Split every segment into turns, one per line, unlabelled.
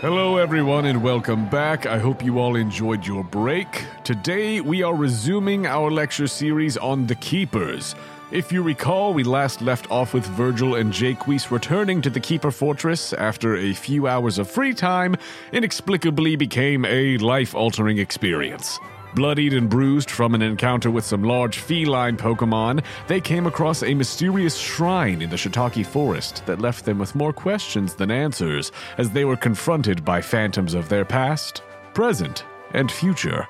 Hello, everyone, and welcome back. I hope you all enjoyed your break. Today, we are resuming our lecture series on the Keepers. If you recall, we last left off with Virgil and Jaques returning to the Keeper Fortress after a few hours of free time inexplicably became a life altering experience. Bloodied and bruised from an encounter with some large feline Pokemon, they came across a mysterious shrine in the Shiitake forest that left them with more questions than answers as they were confronted by phantoms of their past, present, and future.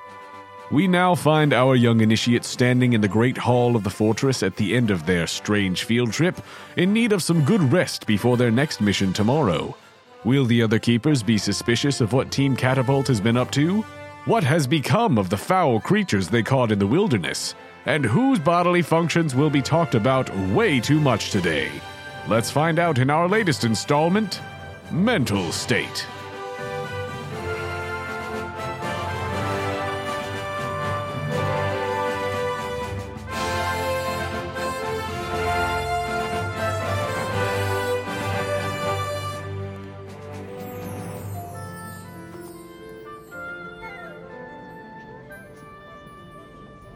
We now find our young initiate standing in the great hall of the fortress at the end of their strange field trip, in need of some good rest before their next mission tomorrow. Will the other keepers be suspicious of what Team Catapult has been up to? What has become of the foul creatures they caught in the wilderness? And whose bodily functions will be talked about way too much today? Let's find out in our latest installment Mental State.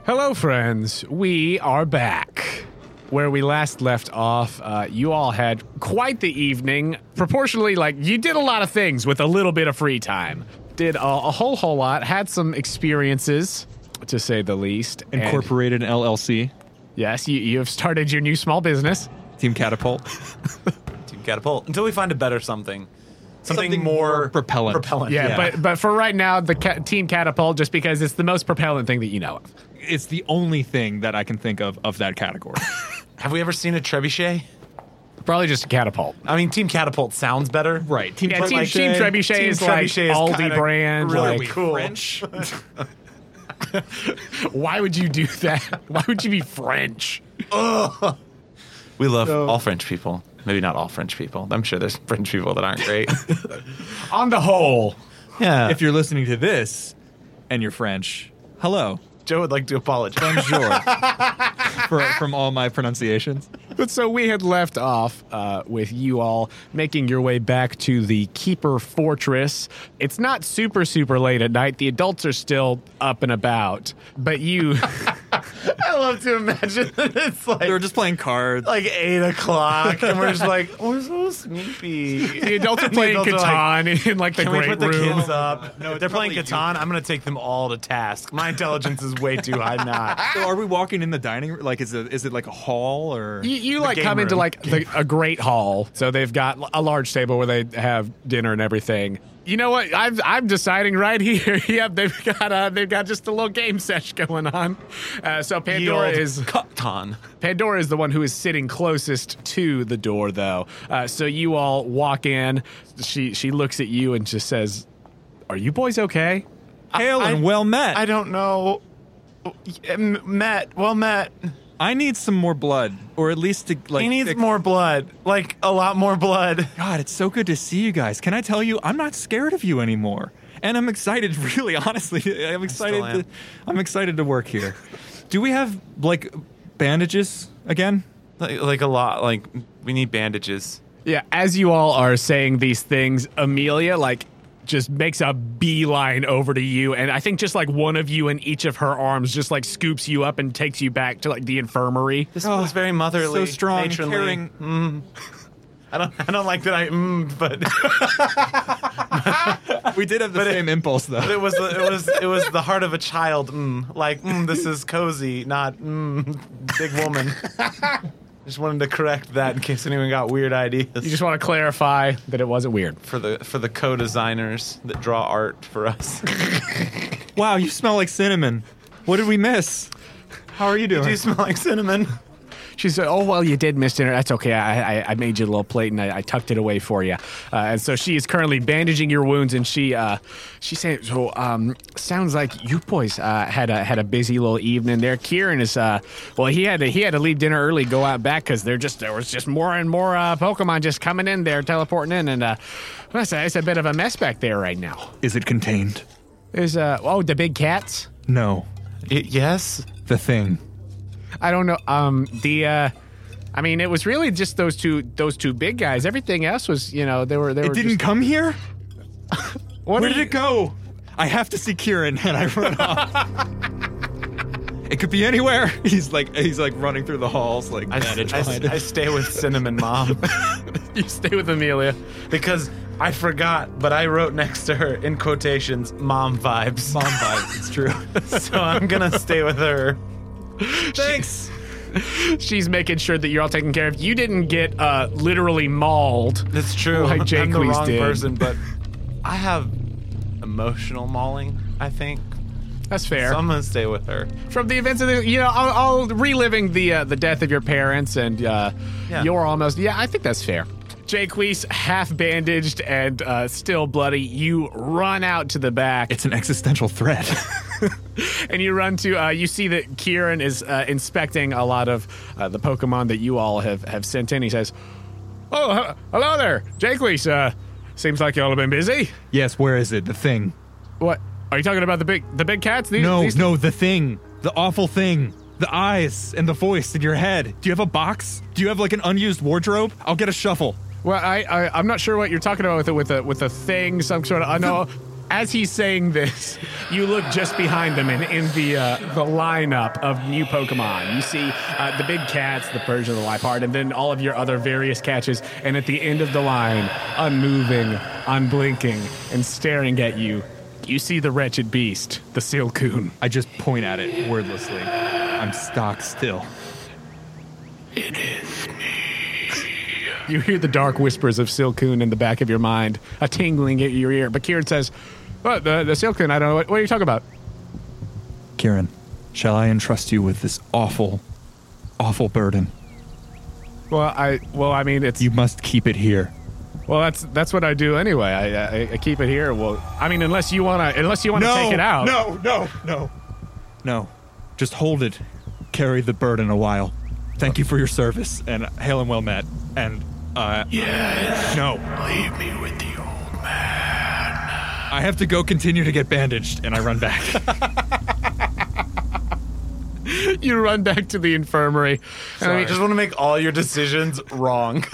Hello, friends. We are back. Where we last left off, uh, you all had quite the evening. Proportionally, like, you did a lot of things with a little bit of free time. Did a, a whole, whole lot, had some experiences, to say the least. and-
Incorporated an LLC,
yes, you, you have started your new small business.
Team Catapult.
Team Catapult until we find a better something. Something, more,
propellant.
propellant.
Yeah, but but for right now, the ca- Team Catapult, just because it's the most propellant thing that you know of.
It's the only thing that I can think of of that category.
have we ever seen a trebuchet?
Probably just a catapult.
I mean, Team Catapult sounds better.
right. Team
Yeah,
Pro-
Team,
like-
team Trebuchet
Team
is like
Trebuchet is
Aldi
kinda
brand.
really
like,
cool.
French.
Why would you do that? Why would you be French?
We love all French people. Maybe not all French people. I'm sure there's French people that aren't great.
On the whole,
yeah.
if you're listening to this and you're French, hello.
Joe would like to apologize.
Bonjour. For, from all my pronunciations.
but so we had left off uh, with you all making your way back to the Keeper Fortress. It's not super super late at night. The adults are still up and about, but you
I love to imagine that it's
They were
like
just playing cards.
like eight o'clock, and we're just like, we're so sleepy.
the adults are playing
adults are
Catan in like the
Can we
great
put the
room.
kids up? No, they're playing Catan. I'm gonna take them all to task. My intelligence is way too high. Not.
so are we walking in the dining room? Like, is it, is it like a hall or?
You, you like
game
come into
room.
like the, a great hall, so they've got a large table where they have dinner and everything. You know what? I've, I'm deciding right here. yep, they've got uh, they've got just a little game sesh going on. Uh, so
Ye
Pandora
olde
is
Catan.
Pandora is the one who is sitting closest to the door, though. Uh, so you all walk in. She she looks at you and just says, "Are you boys okay?"
Hail
I-
and well met.
I
I,
don't know. Met, well, Met.
need some more blood, or at least to like.
he needs
ex-
more blood, like a lot more blood.
God, it's so good to see you guys. Can I tell you, I'm not scared of you anymore, and I'm excited. Really, honestly, I'm excited.
am.
To, I'm excited to work here. Do we have like bandages again?
Like, like a lot. Like we need bandages.
Yeah, as you all are saying these things, Amelia like just makes a beeline over to you, and I think just like one of you in each of her arms just like scoops you up and takes you back to like the infirmary.
This
Oh,
was very
so
motherly,
strong, and
matronly.
caring.
I don't, I don't like that. I mm, but
We did have the same impulse though.
it was, the, it was, it was the heart of a child. Mm, like mm, this is cozy, not mm, big woman. Just wanted to correct that in case anyone got weird ideas.
You just want to clarify that it wasn't weird.
for the for the co-designers that draw art for us.
Wow, you smell like cinnamon. What did we miss? How are you doing?
Do you smell like cinnamon?
She said, "Oh well, you did miss dinner. That's okay. I, I, I made you a little plate and I, I tucked it away for you." Uh, and so she is currently bandaging your wounds, and she uh, she's saying, "So um, sounds like you boys uh, had a had a busy little evening there. Kieran is uh, well, he had to, he had to leave dinner early, go out back because there just there was just more and more uh, Pokemon just coming in there, teleporting in, and uh, well, it's, a, it's a bit of a mess back there right now.
Is it contained?
There's uh, oh the big cats.
No,
yes.
the thing.
I don't know. Um, the, uh, I mean, it was really just those two, those two big guys. Everything else was, you know, they were, they were.
It didn't come here.
What
Where
are
did
you-
it go? I have to see Kieran, and I run off. it could be anywhere. He's like he's like running through the halls, like
I,
bandage
I-
behind him.
I stay with Cinnamon Mom
You stay with Amelia.
because I forgot, but I wrote next to her in quotations, "Mom vibes." Mom vibes.
It's true.
so I'm gonna stay with her. Thanks.
She's making sure that you're all taken care of. You didn't get uh, literally mauled.
That's true.
Like
I'm the
Jacques
wrong
did.
person, but I have emotional mauling. I think
That's fair.
so. I'm gonna stay with her.
From the events of the, you know, all, all reliving the uh, the death of your parents and uh,
Yeah.
you're almost. Yeah, I think that's fair. Jaques, half bandaged and uh, still bloody, you run out to the back.
It's an existential threat.
and you run to uh, you see that Kieran is uh, inspecting a lot of uh, the Pokemon that you all have, have sent in. He says, "Oh, he- hello there, Jaques. Uh, seems like y'all have been busy.
yes. Where is it? The thing.
What are you talking about? The big the big cats? These,
No,
these-
no, the thing. The awful thing. The eyes and the voice in your head. Do you have a box? Do you have like an unused wardrobe? I'll get a shuffle.
Well, I, I I'm not sure what you're talking about with a with a with a thing, some sort of. I know. As he's saying this, you look just behind them, and in the uh, the lineup of new Pokemon, you see uh, the big cats, the Persian, the Lipard, and then all of your other various catches. And at the end of the line, unmoving, unblinking, and staring at you, you see the wretched beast, the Silcoon.
I just point at it wordlessly. I'm stock still.
You hear the dark whispers of Silcoon in the back of your mind, a tingling at your ear. But Kieran says, "What the the Silcoon? I don't know. What, what are you talking about?"
Kieran, shall I entrust you with this awful, awful burden?
Well, I well, I mean, it's
You must keep it here.
well, that's that's what I do anyway. I I, I keep it here. Well, I mean, unless you wanna unless you wanna take it out.
No, no, no. No. Just hold it. Carry the burden a while. Thank you for your service, and hail and well met. And, uh. Yes. No. Leave me with the old man. I have to go continue to get bandaged, and I run back.
you run back to the infirmary. And I
I
mean,
just want to make all your decisions wrong.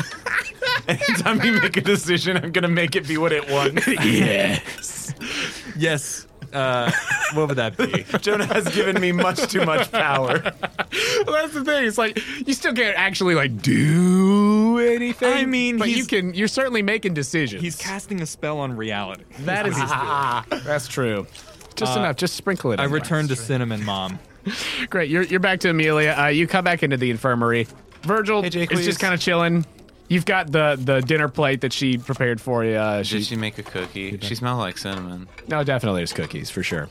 Anytime you make a decision, I'm gonna make it be what it wants.
yes. Uh, what would that be?
Jonah has given me much too much power.
well, that's the thing. It's like you still can't actually like do anything.
I mean,
but you
he's-
can. You're certainly making decisions.
He's casting a spell on reality.
that is that's true. Just enough. Just sprinkle it.
Uh, I
in there.
return to Cinnamon Mom.
Great. You're you're back to Amelia. Uh, you come back into the infirmary. Virgil
Hey, Jake,
is just
please.
kind of chilling. You've got the, the dinner plate that she prepared for you. Uh, she,
make a cookie? She smelled like cinnamon.
No, definitely there's cookies for sure.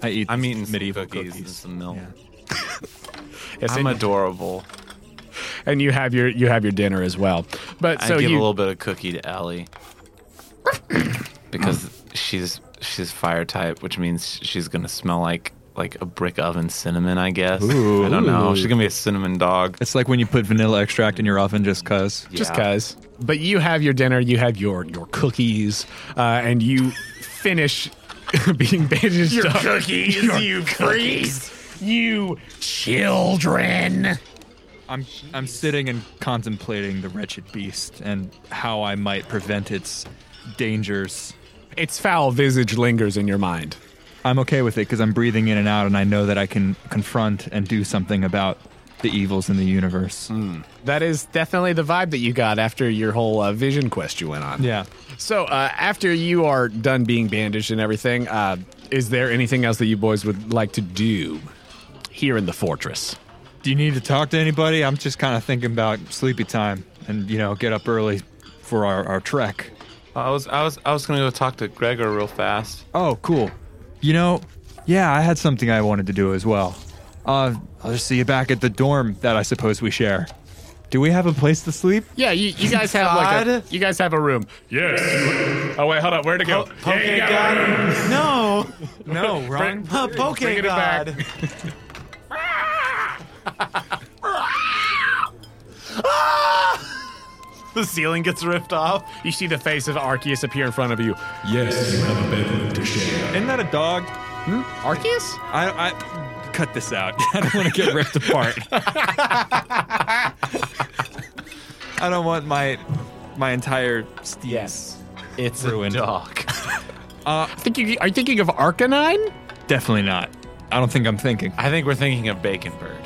I eat
I'm eating some
medieval
cookies,
cookies.
and some milk.
Yes,
I'm
and,
adorable.
and you have your you have your dinner as well. But so
I give
you
a little bit of cookie to Ellie because she's she's fire type, which means she's gonna smell like like a brick oven cinnamon. I guess I don't know. She's gonna be a cinnamon dog.
It's like when you put vanilla extract in your oven just cuz.
just
Yeah.
cuz. But you have your dinner, you have your your cookies, uh, and you finish being bandaged your up. Cookies, you cookies, you children.
I'm I'm sitting and contemplating the wretched beast and how I might prevent its dangers.
Its foul visage lingers in your mind.
I'm okay with it because I'm breathing in and out, and I know that I can confront and do something about the evils in the universe.
That is definitely the vibe that you got after your whole uh, vision quest you went on.
Yeah.
So uh, after you are done being bandaged and everything, uh, is there anything else that you boys would like to do here in the fortress?
Do you need to talk to anybody? I'm just kind of thinking about sleepy time and you know get up early for our, our trek.
I was I was I was gonna go talk to Gregor real fast.
Oh, cool. You know, yeah, I had something I wanted to do as well. Uh, I'll just see you back at the dorm that I suppose we share. Do we have a place to sleep?
Yeah, you, you guys have like a, you guys have a room. Yes. you- Oh wait, hold up. Where to go? Yeah, you got it.
No,
No, Ron.
Uh, Poke
Bring it
God. the ceiling gets ripped off.
You see the face of Arceus appear in front of you.
Yes, you have a bedroom to share.
Isn't that a dog?
Arceus?
I, I cut this out. I don't want to get ripped apart. I don't want my my entire steez
It's
ruined.
a dog.
I think you are you thinking of Arcanine?
Definitely not. I don't think I'm thinking.
I think we're thinking of Bacon Bird.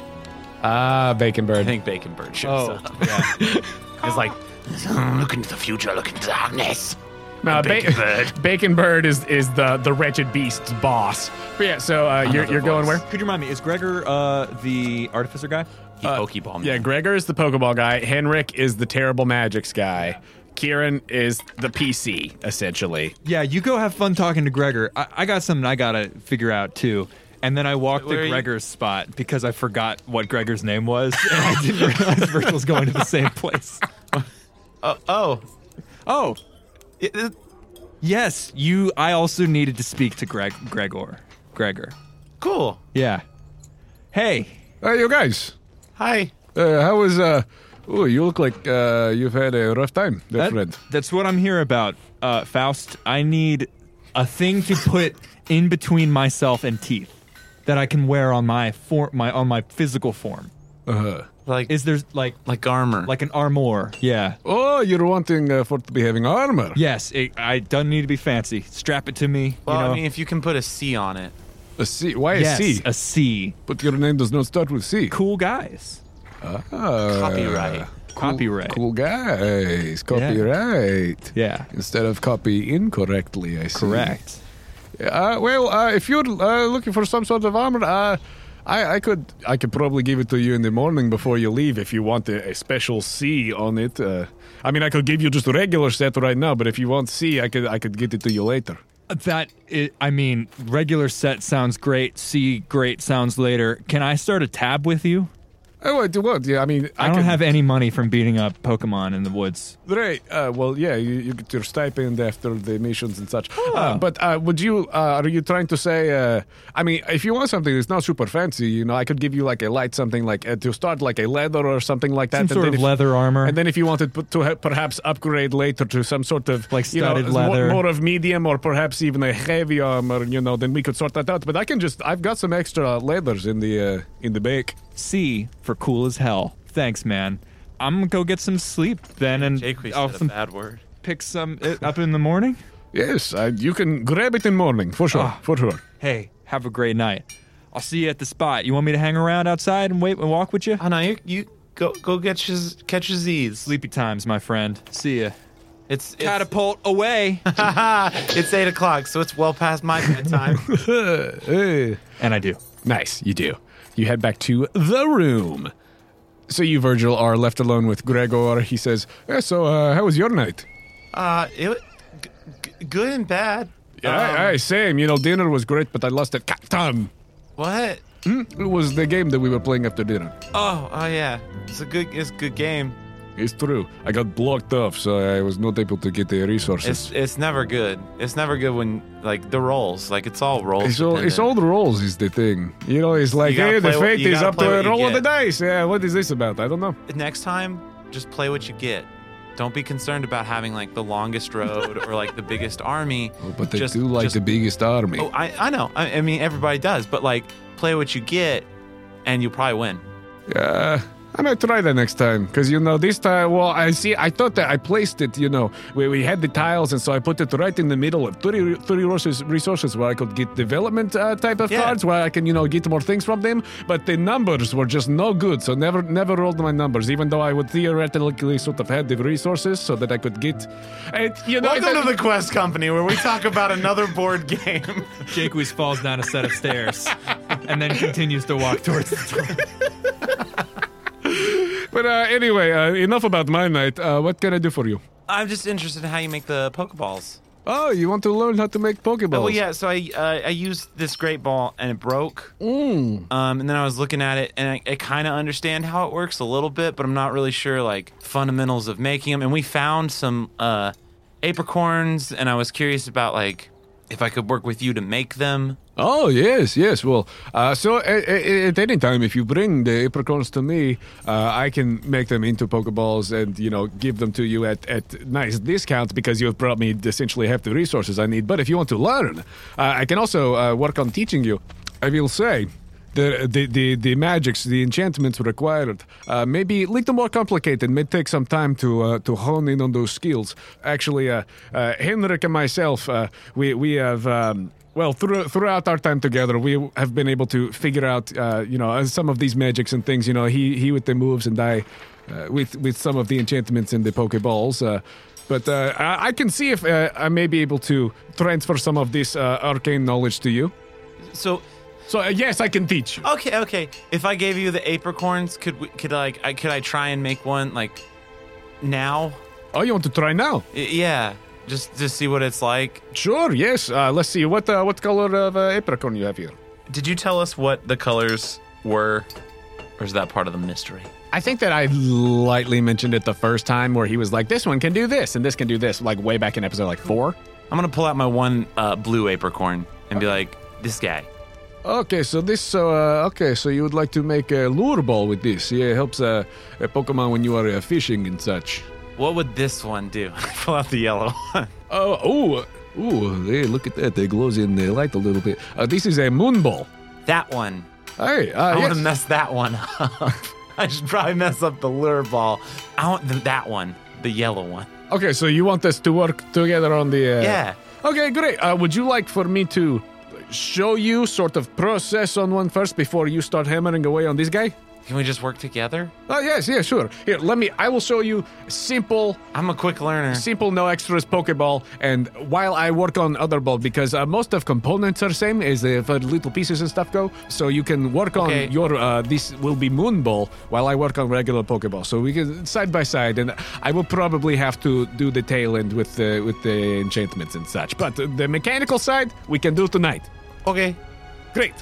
Ah, Bacon
I
Bird.
think Bacon Bird
Oh,
shows up.
It's like, look into the future, look into darkness.
No,
Bacon Bird.
Bacon Bird is is the the wretched beast's boss. But yeah, so uh, you're
Another
you're going
boss.
where?
Could you remind me? Is Gregor uh, the artificer guy?
He pokeball me.
uh, Yeah, Gregor is the Pokeball guy. Henrik is the terrible magics guy. Kieran is the PC essentially.
Yeah, you go have fun talking to Gregor. I, I got something I gotta figure out too. And then I walked
Where are
to
you-
Gregor's spot because I forgot what Gregor's name was, and I didn't realize Virgil's going to the same place.
Oh, oh.
Oh,
It- it-
yes, you. I also needed to speak to Greg, Gregor, Gregor.
cool.
Yeah. Hey,
Hey, you guys.
Hi.
Uh, how is uh? Oh, you look like uh, you've had a rough time, dear
that-
friend.
that's what I'm here about, uh, Faust. I need a thing to put in between myself and teeth that I can wear on my form, my on my physical form.
Uh-huh.
Like
Is there like
like armor.
like an armor? Yeah.
Oh, you're wanting uh, for to be having armor.
Yes, it, I don't need to be fancy. Strap it to me.
well,
you know.
I mean, if you can put a C on it.
A C. Why a
yes,
C?
a C.
But your name does not start with C.
Cool guys.
Uh,
Copyright.
cool-
Copyright.
Cool guys. Copyright.
Yeah.
Instead of copy incorrectly, I see.
Correct.
Uh, well, uh, if you're uh, looking for some sort of armor, uh, I, I could I could probably give it to you in the morning before you leave if you want a, a special C on it. Uh, I mean, I could give you just a regular set right now, but if you want C, I could I could get it to you later.
That i I mean, regular set sounds great. C great sounds later. Can I start a tab with you?
Oh, what? what? Yeah, I mean,
I, don't
can-
have any money from beating up Pokemon in the woods.
Right. Uh, well, yeah, you, you get your stipend after the missions and such.
Oh.
Uh, but uh, would you? Uh, are you trying to say? Uh, I mean, if you want something that's not super fancy, you know, I could give you like a light something like uh, to start like a leather or something like that.
Some
and
sort
then
of
if-
leather armor.
And then if you wanted p- to ha- perhaps upgrade later to some sort of
Like
you know,
studded
mo-
leather.
more of medium or perhaps even a heavy armor, you know, then we could sort that out. But I can just I've got some extra leathers in the uh, in the bake.
C for cool as hell. Thanks, man. I'm gonna go get some sleep then, and
Jake, we
I'll
said a
some-
bad word.
pick some it up in the morning.
Yes, I, you can grab it in morning for sure,
Ah.
for sure.
Hey, have a great night. I'll see you at the spot. You want me to hang around outside and wait and walk with you?
Oh no, you you go go get your catch your Z's.
Sleepy times, my friend. See ya.
It's it's,
Catapult away.
it's eight o'clock, so it's well past my bedtime.
and I do.
Nice, you do.
You head back to the room. So you, Virgil, are left alone with Gregor. He says, "Eh, "So, uh, how was your night?"
uh, it g- g- good and bad. Um,
I, same. You know, dinner was great, but I lost it. Captain,
What?
it was the game that we were playing after dinner.
Oh, oh yeah. It's a good it's a good game.
It's true. I got blocked off, so I was not able to get the resources.
It's it's never good. It's never good when like the rolls. Like it's all rolls.
It's, all, it's all
dependent.
the rolls is the thing. You know, it's like,
gotta
hey, the
play what-
fate
you
is
gotta
up
play
to a
what you
roll of the
get.
dice. Yeah, what is this about? I don't know.
Next time, just play what you get. Don't be concerned about having like the longest road or like the biggest army.
But they
Just-
do like
just-
the biggest army.
Oh, I I know. I, I mean everybody does, but like play what you get, and you'll probably win.
Uh, I might try that next time because you know this time. Well, I see. I thought that I placed it. You know, where we had the tiles, and so I put it right in the middle of 30, 30 resources, resources where I could get development uh, type of
Yeah.
cards where I can you know get more things from them. But the numbers were just no good, so never never rolled my numbers, even though I would theoretically sort of had the resources so that I could get. It, you know,
Welcome
it-
to the Quest Company, where we talk about another board game.
Jake Weiss falls down a set of stairs and then continues to walk towards the door.
but uh, anyway, uh, enough about my night. Uh, what can I do for you?
I'm just interested in how you make the pokeballs.
Oh, you want to learn how to make Pokeballs?
Oh well, yeah. So I uh, I used this great ball and it broke. Um, and then I was looking at it and I, I kind of understand how it works a little bit, but I'm not really sure like fundamentals of making them. And we found some uh, apricorns, and I was curious about like if I could work with you to make them.
Oh yes, yes. Well, uh, so at, at any time, if you bring the apricorns to me, uh, I can make them into pokeballs and you know give them to you at, at nice discounts because you have brought me essentially half the resources I need. But if you want to learn, uh, I can also uh, work on teaching you. I will say The, the, the, the magics, the enchantments required uh, may be a little more complicated, may take some time to uh, to hone in on those skills. Actually, uh, uh, Henrik and myself, uh, we, we have. Um, well, through, throughout our time together, we have been able to figure out, uh, you know, uh, some of these magics and things. You know, he he with the moves and I uh, with with some of the enchantments and the pokeballs. Uh, but uh, I, I can see if uh, I may be able to transfer some of this uh, arcane knowledge to you.
So
So uh, yes, I can teach. you.
okay, okay. If I gave you the apricorns, could we, could like I could I try and make one like now?
Oh, you want to try now?
Y- yeah, just just see what it's like.
Sure. Yes. Uh, let's see. What uh, what color of uh, apricorn you have here?
Did you tell us what the colors were, or is that part of the mystery?
I think that I lightly mentioned it the first time where he was like, this one can do this and this can do this, like way back in episode like four.
I'm gonna pull out my one uh, blue apricorn and be like, this guy.
Okay. So this. Uh, okay. So you would like to make a lure ball with this? Yeah, it helps uh, a Pokemon when you are uh, fishing and such.
What would this one do? I pull out the yellow one.
Oh. Oh. Ooh, hey, look at that. They glows in the light a little bit. Uh, this is a moon ball.
That one.
Hey, uh,
I want
yes.
to mess that one up. I should probably mess up the lure ball. I want th- that one, the yellow one.
Okay, so you want us to work together on the. Uh...
Yeah.
Okay, great. Uh, would you like for me to show you sort of process on one first before you start hammering away on this guy?
Can we just work together?
Oh, yes, yeah, sure. Here, let me. I will show you simple,
I'm a quick learner.
simple, no extras Pokeball. And while I work on other ball, because uh, most of components are same as uh, for little pieces and stuff go. So you can work
Okay.
on your. Uh, this will be Moon Ball while I work on regular Pokeball. So we can side by side. And I will probably have to do the tail end with the, with the enchantments and such. But uh, the mechanical side, we can do tonight.
okay.
Great.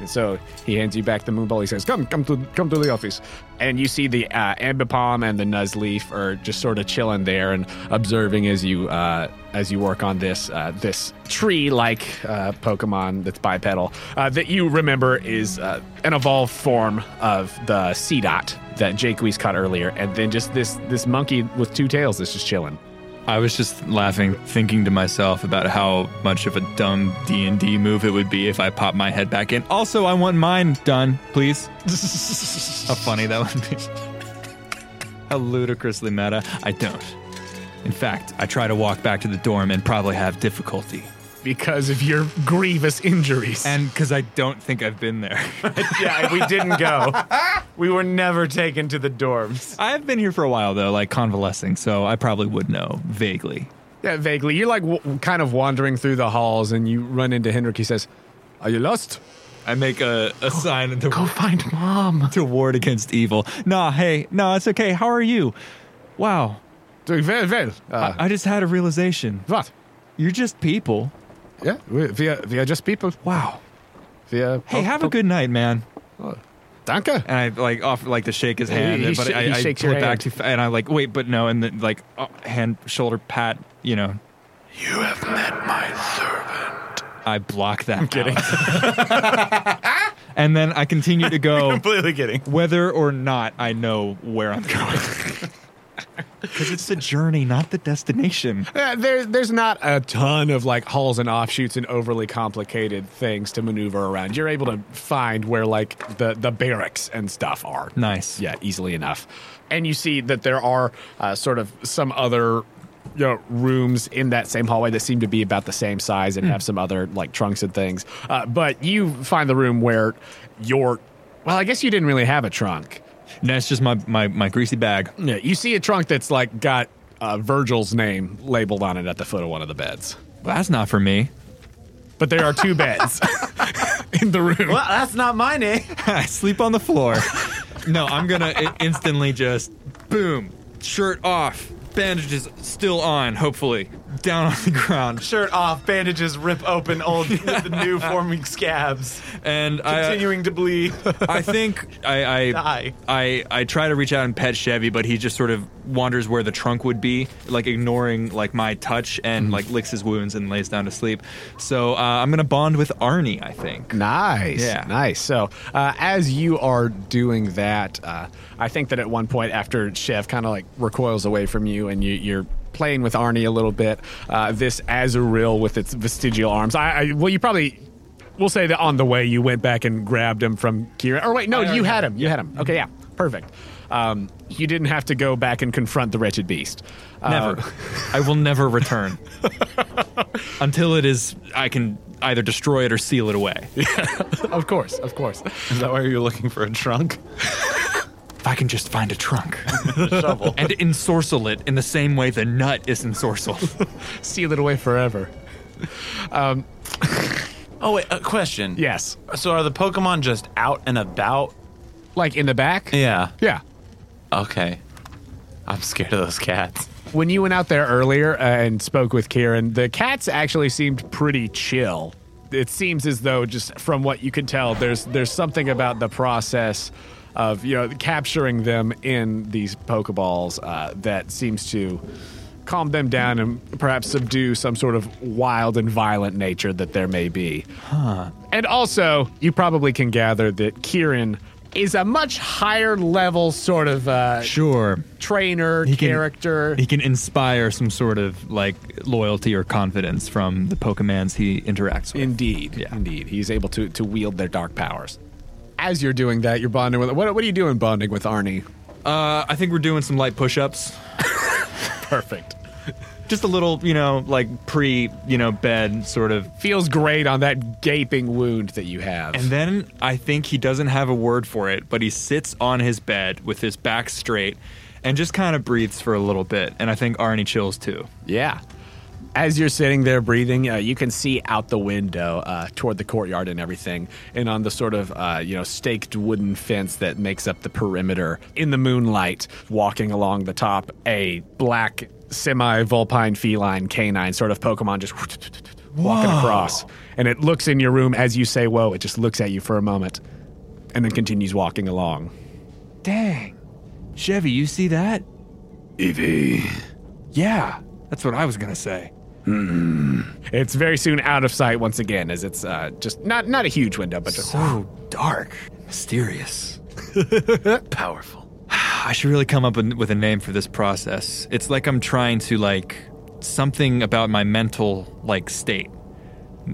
And so he hands you back the moon ball. He says, "Come, come to, come to the office." And you see the uh, ambipom and the nuzleaf are just sort of chilling there and observing as you uh, as you work on this uh, this tree-like uh, Pokemon that's bipedal uh, that you remember is uh, an evolved form of the Seedot that Jake Weiss caught earlier, and then just this this monkey with two tails that's just chilling.
I was just laughing, thinking to myself about how much of a dumb D and D move it would be if I pop my head back in. Also, I want mine done, please. how funny that would be. how ludicrously meta. I don't. In fact, I try to walk back to the dorm and probably have difficulty.
Because of your grievous injuries.
And because I don't think I've been there.
yeah, we didn't go. We were never taken to the dorms.
I have been here for a while though, like convalescing, so I probably would know vaguely.
Yeah, vaguely. You're like w- kind of wandering through the halls, and you run into Henrik. He says, "Are you lost?"
I make a, a sign to,
Go find mom.
to ward against evil. Nah, hey, nah, it's okay. How are you? Wow,
Doing well, well. Uh,
I, I just had a realization.
what?
You're just people.
Yeah, we, we, are, we are just people.
Wow.
We are
Hey,
Oh,
have a good night, man.
Danke.
And I like offer like to shake his hand,
He- he
but
sh-
I,
he
I
shakes
pull
your
it back
hand.
too fa- and I like wait, but no, and then like uh, hand shoulder pat, you know. You have met my servant. I block that. I'm kidding. and then I continue to go.
Completely kidding.
whether or not I know where I'm going. Because it's the journey, not the destination.
Yeah, there, Uh, there's not a ton of like halls and offshoots and overly complicated things to maneuver around. You're able to find where like the, the barracks and stuff are.
Nice.
Yeah, easily enough. And you see that there are uh, sort of some other you know, rooms in that same hallway that seem to be about the same size and have some other like trunks and things. Uh, but you find the room where your, well, I guess you didn't really have a trunk.
No, it's just my, my, my greasy bag.
Yeah, you see a trunk that's like got uh, Virgil's name labeled on it at the foot of one of the beds.
Well, that's not for me.
But there are two beds in the room.
Well, that's not my name.
I sleep on the floor. no, I'm going to instantly just boom, shirt off, bandages still on, hopefully, down on the ground.
Shirt off, bandages rip open old, the new forming scabs,
And
uh,
I,
continuing to bleed.
I think I, I,
Die.
I, I try to reach out and pet Chevy, but he just sort of wanders where the trunk would be, like ignoring like my touch and
Mm-hmm.
like licks his wounds and lays down to sleep. So uh, I'm gonna bond with Arnie, I think.
Nice.
Yeah.
Nice. So, uh, as you are doing that, uh, I think that at one point after Chev kind of like recoils away from you and you, you're playing with Arnie a little bit, uh, this Azuril with its vestigial arms, I, I well, you probably We'll say that on the way you went back and grabbed him from Kira. Or wait, no, you had him. You had him. Okay, yeah, perfect. Um, you didn't have to go back and confront the wretched beast. Uh,
Never. I will never return until it is. I can either destroy it or seal it away. If
of course, of course.
Is that why you're looking for a trunk?
I can just find a trunk, shovel, and ensorcel it in the same way the nut is ensorcelled.
Seal it away forever.
Oh wait, a question.
Yes.
So are the Pokemon just out and about?
Like in the back?
Yeah.
Yeah.
Okay. I'm scared of those cats.
When you went out there earlier uh, and spoke with Kieran, the cats actually seemed pretty chill. It seems as though, just from what you can tell, there's there's something about the process of you know capturing them in these Pokeballs uh, that seems to calm them down and perhaps subdue some sort of wild and violent nature that there may be. And also, you probably can gather that Kieran is a much higher level sort of uh,
Sure.
trainer
can-
character.
He can inspire some sort of like loyalty or confidence from the Pokemans he interacts with.
Indeed,
Yeah.
indeed, he's able to to wield their dark powers. As you're doing that, you're bonding with. What, what are you doing bonding with Arnie?
Uh, I think we're doing some light push-ups.
Perfect.
Just a little, you know, like pre, you know, bed sort of.
Feels great on that gaping wound that you have.
And then I think he doesn't have a word for it, but he sits on his bed with his back straight and just kind of breathes for a little bit. And I think Arnie chills too.
yeah. As you're sitting there breathing, uh, you can see out the window uh, toward the courtyard and everything, and on the sort of uh, you know staked wooden fence that makes up the perimeter. In the moonlight, walking along the top, a black semi-vulpine feline canine sort of Pokemon just walking across. And it looks in your room as you say, Whoa, it just looks at you for a moment and then continues walking along.
Dang. Chevy, you see that?
Evie.
Yeah. That's what I was going to say.
Hmm. It's very soon out of sight once again, as it's uh, just not, not a huge window, but just.
So Oh, dark, mysterious.
Powerful.
I should really come up with with a name for this process. It's like I'm trying to like something about my mental like state.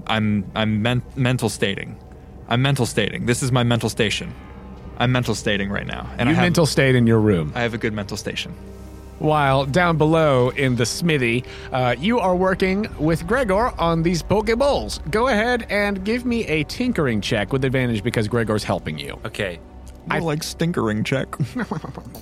I'm I'm men- mental stating. I'm mental stating. This is my mental station. I'm mental stating right now, and
You
I have
mental state in your room.
I have a good mental station.
While down below in the smithy, uh, you are working with Gregor on these Pokeballs. Go ahead and give me a tinkering check with advantage because Gregor's helping you.
Okay.
I like stinkering check.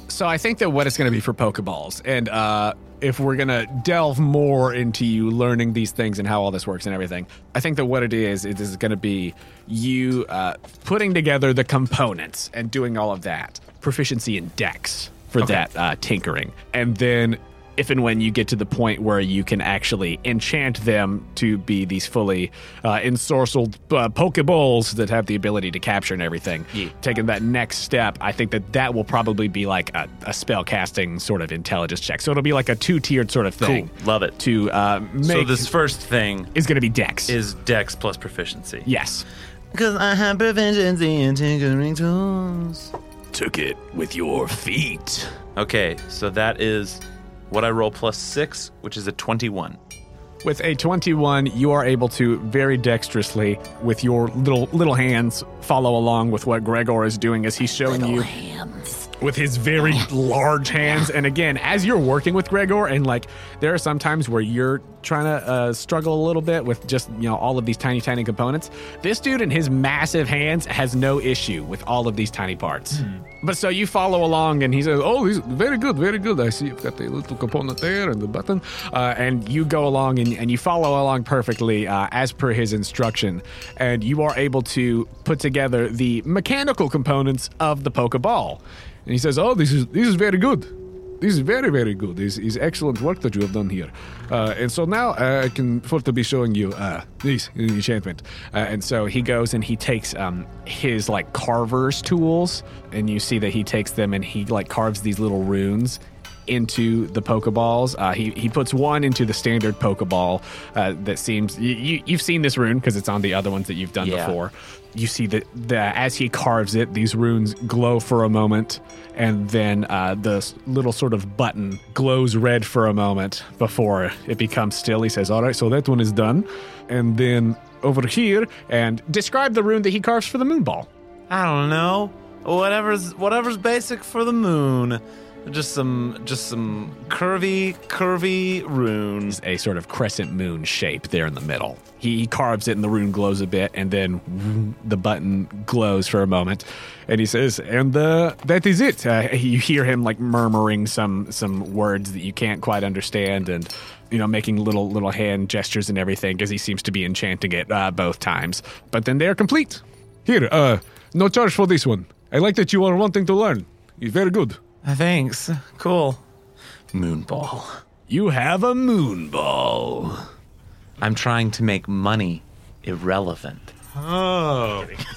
So I think that what it's going to be for Pokeballs, and uh, if we're going to delve more into you learning these things and how all this works and everything, I think that what it is, it is going to be you uh, putting together the components and doing all of that. Proficiency in Dex for that uh, tinkering, and then if and when you get to the point where you can actually enchant them to be these fully uh, ensorcelled uh, Pokeballs that have the ability to capture and everything, taking that next step, I think that that will probably be like a, a spell casting sort of intelligence check. So it'll be like a two tiered sort of thing.
Love it.
To uh, make
So this first thing
is going to be Dex.
is Dex plus proficiency.
yes.
Because I have proficiency in tinkering tools.
Took it with your feet.
Okay, so that is what I roll plus six, which is a twenty-one.
With a 21, you are able to very dexterously, with your little little hands, follow along with what Gregor is doing as he's showing you with his very large hands. And again, as you're working with Gregor, and like there are some times where you're trying to uh, struggle a little bit with just you know all of these tiny tiny components. This dude and his massive hands has no issue with all of these tiny parts. But so you follow along, and he says, "Oh, he's very good, very good. I see you've got the little component there and the button." Uh, and you go along, and, and you follow along perfectly uh, as per his instruction, and you are able to put together the mechanical components of the Pokeball. And he says, "Oh, this is this is very good. This is very very good. This is excellent work that you have done here. Uh, and so now uh, I can afford to be showing you uh, this in the enchantment." Uh, and so he goes and he takes um, his like carver's tools, and you see that he takes them and he like carves these little runes into the Pokeballs. Uh, he he puts one into the standard Pokeball uh, that seems you, you you've seen this rune because it's on the other ones that you've done
Yeah.
before. You see that the as he carves it, these runes glow for a moment, and then uh, the s- little sort of button glows red for a moment before it becomes still. He says, "All right, so that one is done," and then over here and describe the rune that he carves for the moon ball.
I don't know. Whatever's whatever's basic for the moon. Just some just some curvy curvy runes.
a sort of crescent moon shape there in the middle. He carves it and the rune glows a bit, and then the button glows for a moment. And he says, and uh, that is it. Uh, you hear him like murmuring some some words that you can't quite understand and, you know, making little little hand gestures and everything because he seems to be enchanting it uh, both times. But then they are complete.
Here, uh, no charge for this one. I like that you are wanting to learn. It's very good.
Thanks. Cool. Moonball.
You have a moon ball.
I'm trying to make money irrelevant.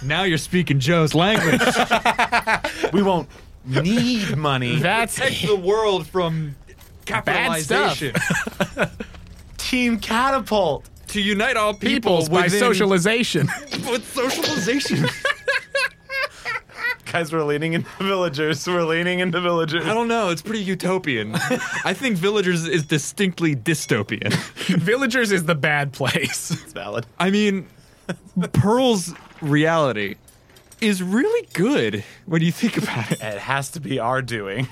Now you're speaking Joe's language.
We won't need money.
That's
the world from
capitalization.
Team catapult.
to unite all people
peoples by socialization.
with socialization.
Guys, we're leaning into villagers. We're leaning into villagers.
I don't know. It's pretty utopian. I think villagers is distinctly dystopian.
Villagers is the bad place.
It's valid.
I mean, Pearl's reality is really good when you think about it.
It has to be our doing.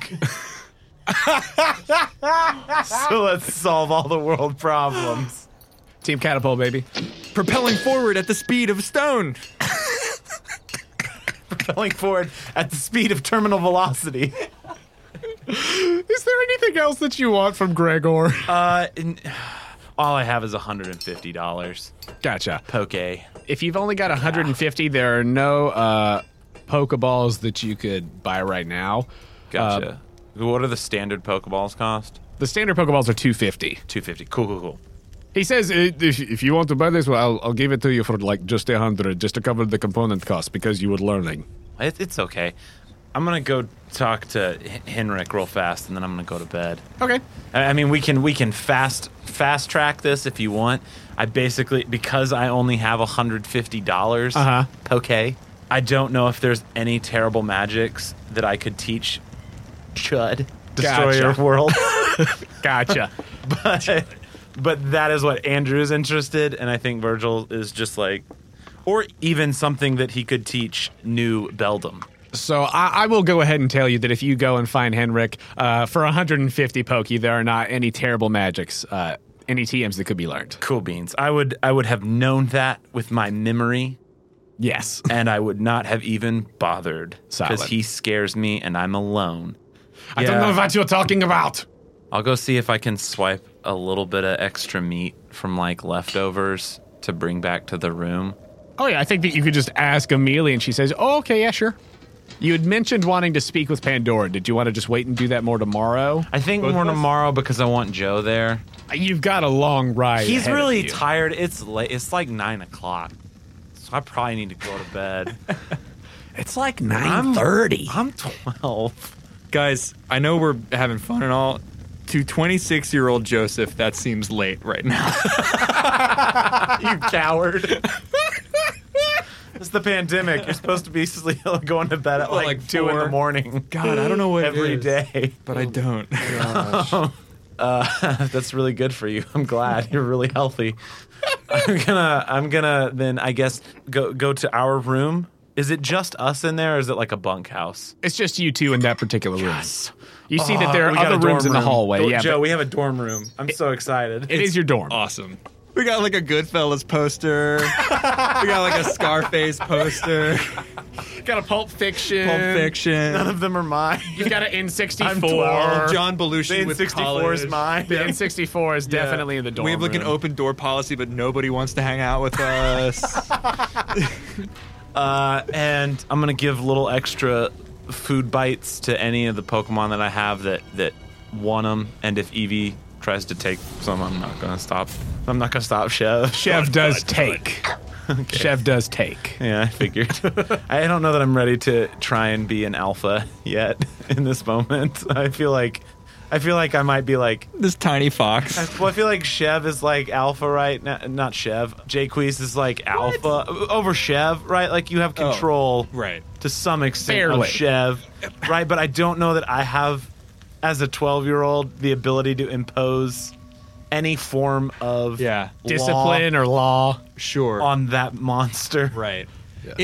so let's solve all the world problems.
Team Catapult, baby.
Propelling forward at the speed of stone.
Going forward at the speed of terminal velocity.
Is there anything else that you want from Gregor?
Uh, and- all I have is $150.
Gotcha.
Poke.
If you've only got 150, there are no uh, Pokeballs that you could buy right now.
Gotcha. Uh, what are the standard Pokeballs cost?
The standard Pokeballs are 250.
250. Cool, cool, cool.
He says, "Uh, if, if you want to buy this, well, I'll, I'll give it to you for like just a hundred, just to cover the component cost because you were learning.
It, it's okay. I'm gonna go talk to H- Henrik real fast, and then I'm gonna go to bed.
Okay.
I I mean, we can we can fast fast track this if you want. I basically because I only have hundred fifty dollars.
Uh-huh.
Okay. I don't know if there's any terrible magics that I could teach. Chud, destroy your
Gotcha.
world.
Gotcha.
but, but that is what Andrew is interested, and I think Virgil is just like, or even something that he could teach new Beldum.
so I, I will go ahead and tell you that if you go and find Henrik uh, for 150 Pokey, there are not any terrible magics, uh, any TMs that could be learned.
Cool beans. I would I would have known that with my memory,
Yes.
and I would not have even bothered
Solid.
because he scares me, and I'm alone.
I don't
Yeah.
know what you're talking about.
I'll go see if I can swipe a little bit of extra meat from like leftovers to bring back to the room.
Oh yeah, I think that you could just ask Amelia, and she says, "Oh, okay, yeah, sure." You had mentioned wanting to speak with Pandora. Did you want to just wait and do that more tomorrow?
I think
Both of
more
us?
tomorrow because I want Joe there.
You've got a long ride.
He's
ahead of
really
you.
tired. It's late. It's like nine o'clock, so I probably need to go to bed.
It's like nine thirty.
I'm twelve.
Guys, I know we're having fun and all. To 26 year old Joseph, that seems late right now.
You coward.
It's the pandemic. You're supposed to be sleep- going to bed at like,
Like
two in
four.
the morning
God, I don't know what
every day.
but I don't.
That's really good for you. I'm glad you're really healthy. I'm gonna, I'm gonna then I guess go go to our room. Is it just us in there, or is it like a bunkhouse?
It's just you two in that particular room. You see that there
We
are
got
other
a dorm
rooms in the
room.
hallway.
Dor-
yeah,
Joe,
but
we have a dorm room. I'm so excited.
it is your dorm.
Awesome. We got like a Goodfellas poster. we got like a Scarface poster.
got a Pulp Fiction.
Pulp Fiction.
None of them are mine.
You've got an N sixty
I'm 12.
John Belushi
In
with
64
college.
is mine.
The N sixty four is
Yeah.
definitely in the dorm.
We have like an
room.
open door policy, but nobody wants to hang out with us.
Uh, and I'm gonna give little extra food bites to any of the Pokemon that I have that that want them. And if Eevee tries to take some, I'm not gonna stop. I'm not gonna stop Chev.
Chev does take. Chev does take.
Yeah, I figured. I don't know that I'm ready to try and be an alpha yet in this moment. I feel like I feel like I might be like
this tiny fox.
well, I feel like Chev is like alpha right now. Not Chev. Jayquees is like alpha over Chev, right? Like you have control
Oh, Right.
to some extent
Barely.
of Chev, right? But I don't know that I have, as a 12 year old, the ability to impose
any form of
Yeah.
law
Discipline or law.
Sure.
on that monster,
right.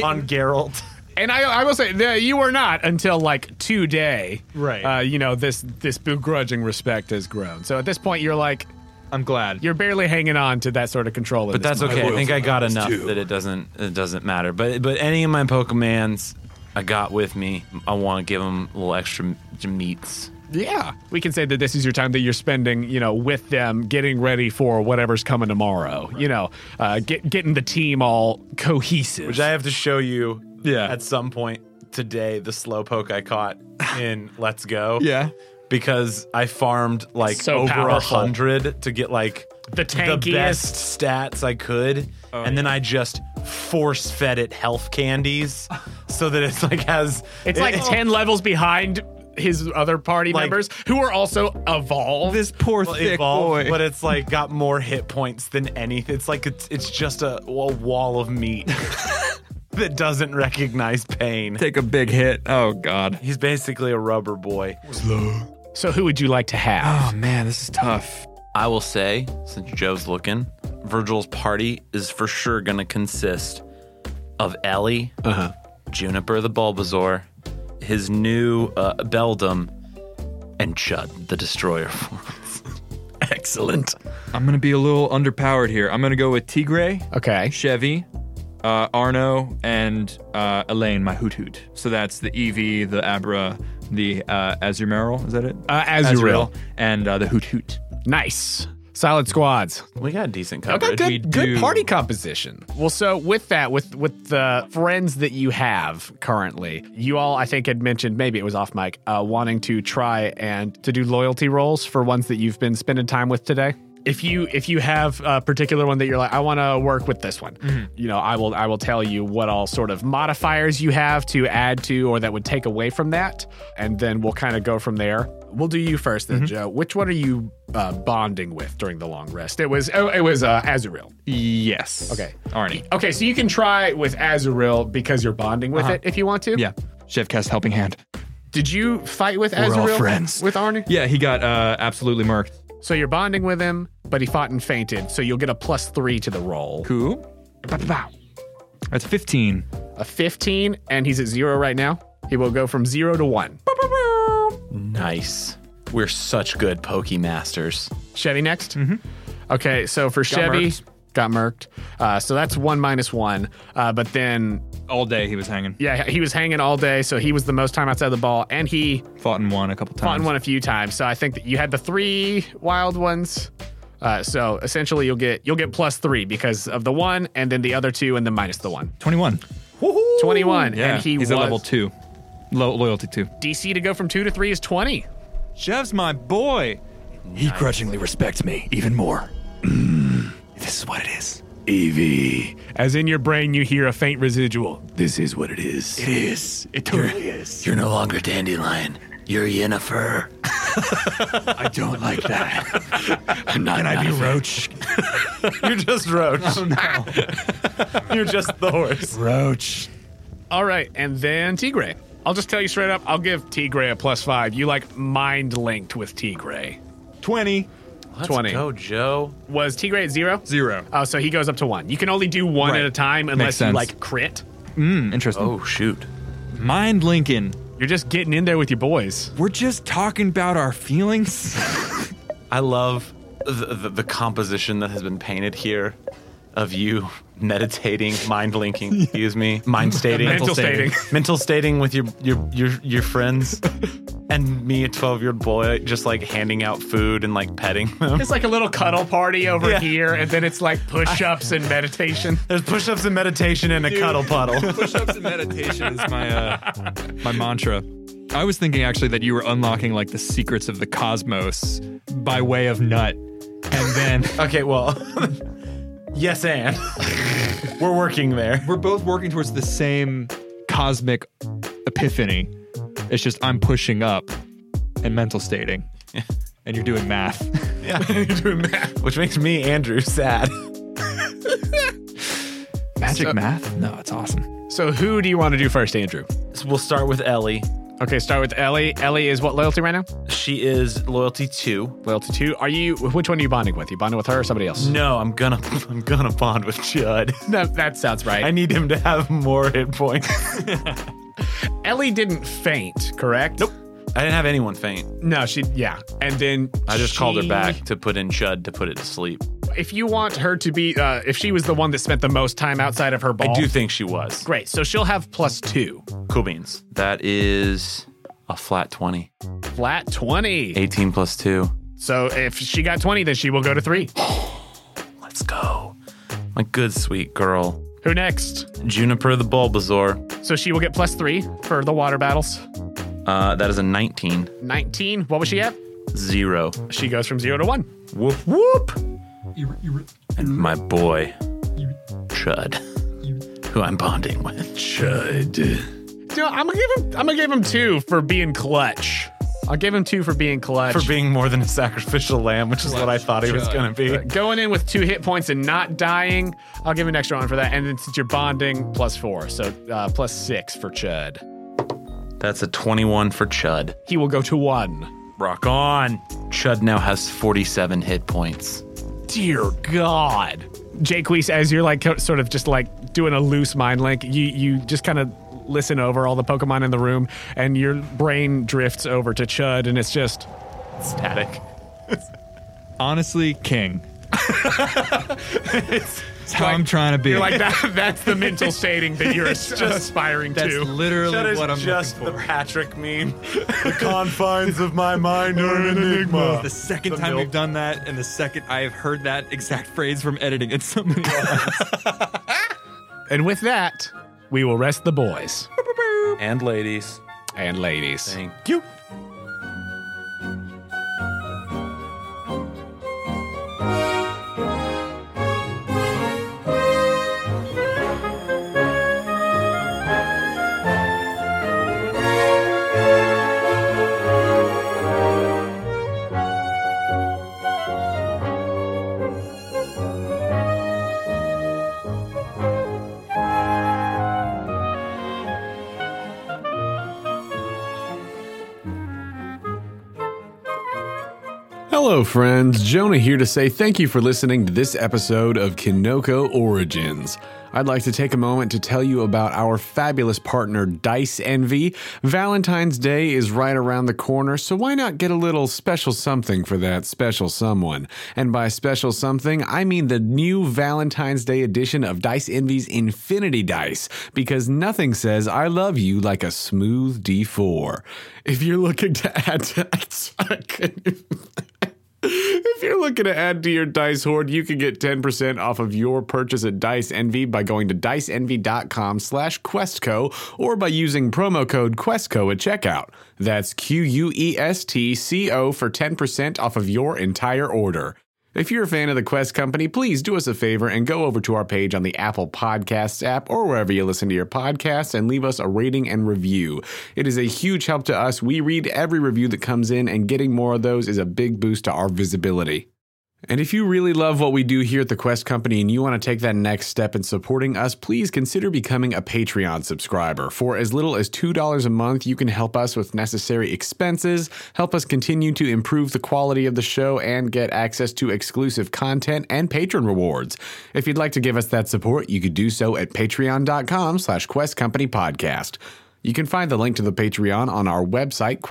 on Geralt.
And I, I will say that you were not until like today.
Right.
Uh, you know this this begrudging respect has grown. So at this point, you're like
I'm glad.
you're barely hanging on to that sort of control.
But that's okay. I think I got enough that it doesn't it doesn't matter. But but any of my Pokemans I got with me, I want to give them a little extra m- meats.
Yeah, we can say that this is your time that you're spending, you know, with them, getting ready for whatever's coming tomorrow. You know, uh, get, getting the team all cohesive.
Which I have to show you
Yeah.
at some point today the slowpoke I caught in Let's Go.
Yeah.
Because I farmed like
So
over a
powerful.
hundred to get like
The
the
tankiest. Oh,
best stats I could. and then I just force fed it health candies so that it's like has
it's like
it-
ten levels behind his other party
Like-
members who are also evolved.
This poor thick
evolved,
boy.
but it's like got more hit points than anything. It's like it's it's just a, a wall of meat that doesn't recognize pain.
Take a big hit. Oh God.
He's basically a rubber boy.
so who would you like to have?
Oh man, this is tough.
I will say, since Joe's looking, Virgil's party is for sure going to consist of Ellie, Juniper the Bulbasaur, his new uh, Beldum, and Chud the Destroyer. Excellent.
I'm gonna be a little underpowered here. I'm gonna go with Tigray,
Okay.
Chevy, uh, Arno, and uh, Elaine, my hoot hoot. So that's the Eevee, the Abra, the uh, Azumarill. Is that it?
Uh, Azurill.
and uh, the hoot hoot.
Nice. Solid squads.
We got decent coverage.
Okay, good,
we
good
do.
party composition. Well, so with that, with with the friends that you have currently, you all I think had mentioned maybe it was off mic, uh, wanting to try and to do loyalty roles for ones that you've been spending time with today. If you if you have a particular one that you're like, I want to work with this one, you know, I will I will tell you what all sort of modifiers you have to add to or that would take away from that, and then we'll kind of go from there. We'll do you first, then, Joe. Which one are you uh, bonding with during the long rest? It was oh, it was uh, Azuril.
Yes.
Okay.
Arnie.
Okay, so you can try with Azuril because you're bonding with it if you want to.
Uh-huh. Yeah. Chefcast helping hand.
Did you fight with Azuril?
We're all friends.
With Arnie?
Yeah, he got uh, absolutely marked.
So you're bonding with him, but he fought and fainted, so you'll get a plus three to the roll.
Cool.
Ba-ba-bow.
That's 15.
A 15, and he's at zero right now. He will go from zero to one.
Nice. We're such good Pokemasters.
Chevy next.
Mm-hmm.
Okay, so for Chevy,
murked.
got murked. Uh, so that's one minus one. Uh, but then,
All day he was hanging.
yeah, he was hanging all day, so he was the most time outside the ball, and he
Fought and won a couple times.
fought and won a few times. So I think that you had the three wild ones. Uh, so essentially, you'll get you'll get plus three because of the one, and then the other two, and then minus the one.
21.
Twenty one,
Yeah.
and he
he's
was
at level two. Lo- loyalty two.
DC to go from two to three is twenty.
Jeff's my boy.
He grudgingly respects me even more. this is what it is.
Evie, as in your brain, you hear a faint residual.
This is what it is. It is. It totally is.
You're no longer dandelion. You're Yennefer.
I don't like that. I'm not. Can I be Roach?
You're just Roach. You're just the horse.
Roach.
All right, and then Tigray. I'll just tell you straight up. I'll give Tigray a plus five. You like mind linked with Tigray.
20.
Let's
20.
go, Joe.
Was Tigray at zero?
Zero.
Oh, so he goes up to one. You can only do one
Right.
at a time unless you
sense.
like crit.
Hmm, Interesting.
Oh, shoot.
Mind Lincoln.
You're just getting in there with your boys.
We're just talking about our feelings.
I love the, the, the composition that has been painted here of you meditating, mind linking, excuse me, mind stating,
Mental stating.
mental stating with your your your your friends, and me, a twelve year old boy, just like handing out food and like petting them.
It's like a little cuddle party over
Yeah.
here, and then it's like push ups and meditation.
There's push-ups and meditation and a cuddle puddle.
Push-ups and meditation is my uh, my mantra. I was thinking actually that you were unlocking like the secrets of the cosmos by way of nut, and then
okay, well, yes, and we're working there.
we're both working towards the same cosmic epiphany. It's just I'm pushing up and mental stating, and you're doing math.
Which makes me Andrew sad.
Magic math? No, it's awesome.
So, who do you want to do first, Andrew?
So we'll start with Ellie.
Okay, start with Ellie. Ellie is what loyalty right now?
She is loyalty two.
Loyalty two. Are you? Which one are you bonding with? You bonding with her or somebody else?
No, I'm gonna I'm gonna bond with Judd.
That, that sounds right.
I need him to have more hit points.
Ellie didn't faint, correct? Nope.
I didn't have anyone faint.
No, she. Yeah, and then
I just called her
she-
back to put in Judd to put it to sleep.
If you want her to be, uh, if she was the one that spent the most time outside of her ball,
I do think she was.
Great. So she'll have plus two.
Cool beans. That is a flat 20.
Flat 20.
18 plus 2.
So if she got 20, then she will go to three.
Let's go. My good sweet girl.
Who next?
Juniper the Bulbasaur.
So she will get plus three for the water battles.
Uh, that is a 19.
19. What was she at?
Zero.
She goes from zero to one.
Whoop whoop. And my boy, Chud, who I'm bonding with. Chud.
No, I'm gonna give him. I'm gonna give him two for being clutch. I'll give him two for being clutch.
For being more than a sacrificial lamb, which is what I thought he was going to be.
going in with two hit points and not dying. I'll give him an extra one for that. And then since you're bonding, plus four, so uh, plus six for Chud.
That's a 21 for Chud.
He will go to one.
Rock on. Chud now has 47 hit points.
Dear God, Jake Weiss, as you're like co- sort of just like doing a loose mind link, you you just kind of listen over all the Pokemon in the room, and your brain drifts over to Chud, and it's just static.
Honestly, king. That's how I'm trying to be.
You're like that, that's the mental stating that you're aspiring
That's
to.
literally
That is
what I'm
just the
looking for.
Patrick meme. the confines of my mind are an enigma.
The second time
milk.
we've done that, and the second I have heard that exact phrase from editing, it's somebody else.
And with that, we will rest the boys
And ladies.
and ladies.
Thank you.
Hello, friends. Jonah here to say thank you for listening to this episode of Kinoko Origins. I'd like to take a moment to tell you about our fabulous partner, Dice Envy. Valentine's Day is right around the corner, so why not get a little special something for that special someone? And by special something, I mean the new Valentine's Day edition of Dice Envy's Infinity Dice, because nothing says I love you like a smooth D4. If you're looking to add to. I couldn't- if you're looking to add to your dice hoard, you can get 10% off of your purchase at Dice Envy by going to diceenvy.com slash questco or by using promo code questco at checkout. That's E Q-U-E-S-T-C-O for 10% off of your entire order. If you're a fan of the Quest Company, please do us a favor and go over to our page on the Apple Podcasts app or wherever you listen to your podcasts and leave us a rating and review. It is a huge help to us. We read every review that comes in, and getting more of those is a big boost to our visibility. And if you really love what we do here at the Quest Company and you want to take that next step in supporting us, please consider becoming a Patreon subscriber. For as little as $2 a month, you can help us with necessary expenses, help us continue to improve the quality of the show, and get access to exclusive content and patron rewards. If you'd like to give us that support, you could do so at patreon.com slash Quest Company Podcast. You can find the link to the Patreon on our website,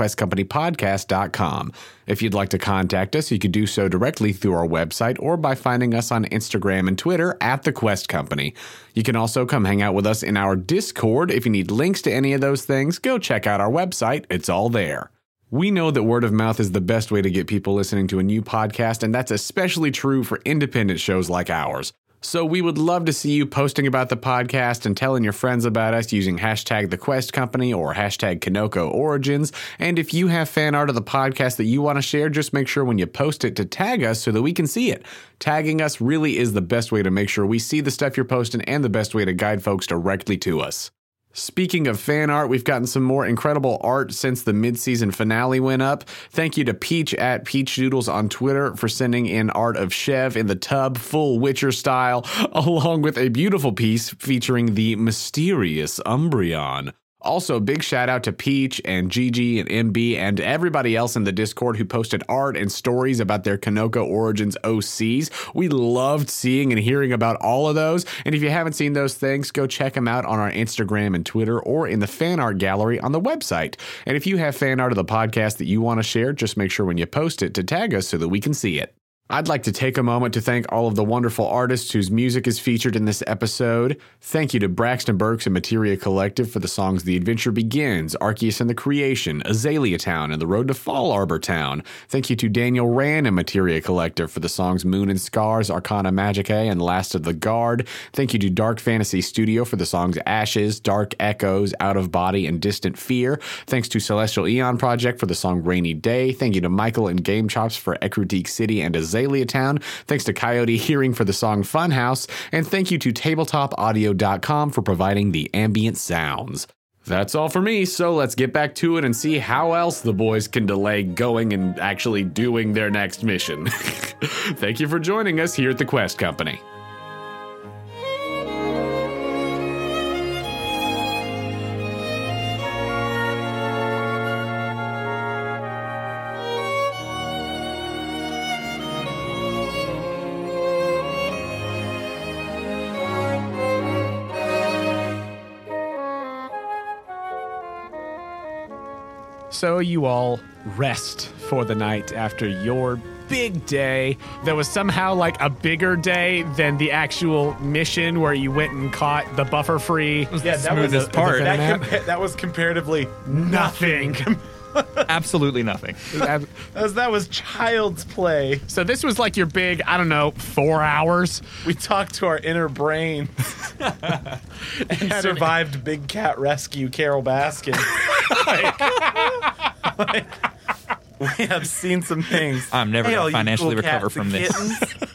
questcompanypodcast.com. If you'd like to contact us, you can do so directly through our website or by finding us on Instagram and Twitter at The Quest Company. You can also come hang out with us in our Discord. If you need links to any of those things, go check out our website. It's all there. We know that word of mouth is the best way to get people listening to a new podcast, and that's especially true for independent shows like ours. So we would love to see you posting about the podcast and telling your friends about us using hashtag the Quest Company or hashtag Kanoko Origins. And if you have fan art of the podcast that you want to share, just make sure when you post it to tag us so that we can see it. Tagging us really is the best way to make sure we see the stuff you're posting and the best way to guide folks directly to us. Speaking of fan art, we've gotten some more incredible art since the mid-season finale went up. Thank you to Peach at Peach Doodles on Twitter for sending in art of Chev in the tub, full Witcher style, along with a beautiful piece featuring the mysterious Umbreon.
Also, big shout out to Peach and Gigi and MB and everybody else in the Discord who posted art and stories about their Kanoko Origins OCs. We loved seeing and hearing about all of those. And if you haven't seen those things, go check them out on our Instagram and Twitter or in the fan art gallery on the website. And if you have fan art of the podcast that you want to share, just make sure when you post it to tag us so that we can see it. I'd like to take a moment to thank all of the wonderful artists whose music is featured in this episode. Thank you to Braxton Burks and Materia Collective for the songs The Adventure Begins, Arceus and the Creation, Azalea Town, and The Road to Fall Arbor Town. Thank you to Daniel Rand and Materia Collective for the songs Moon and Scars, Arcana Magicae, and Last of the Guard. Thank you to Dark Fantasy Studio for the songs Ashes, Dark Echoes, Out of Body, and Distant Fear. Thanks to Celestial Eon Project for the song Rainy Day. Thank you to Michael and Game Chops for Ecruteak City and Azalea Town. Thanks to Coyote Hearing for the song Funhouse. And thank you to TabletopAudio.com for providing the ambient sounds. That's all for me, so let's get back to it and see how else the boys can delay going and actually doing their next mission. Thank you for joining us here at the Quest Company.
So you all rest for the night after your big day that was somehow like a bigger day than the actual mission where you went and caught the buffer free.
Yeah, that was
Smoothest part.
That, compa- that was comparatively
Nothing.
Absolutely nothing.
that was, that was child's play.
so this was like your big, I don't know, four hours.
We talked to our inner brain. and survived Big Cat Rescue Carol Baskin. Like- like, we have seen some things.
I'm never
Hey,
gonna
all you
financially
cool
recover
cats
from
and
this.
kittens.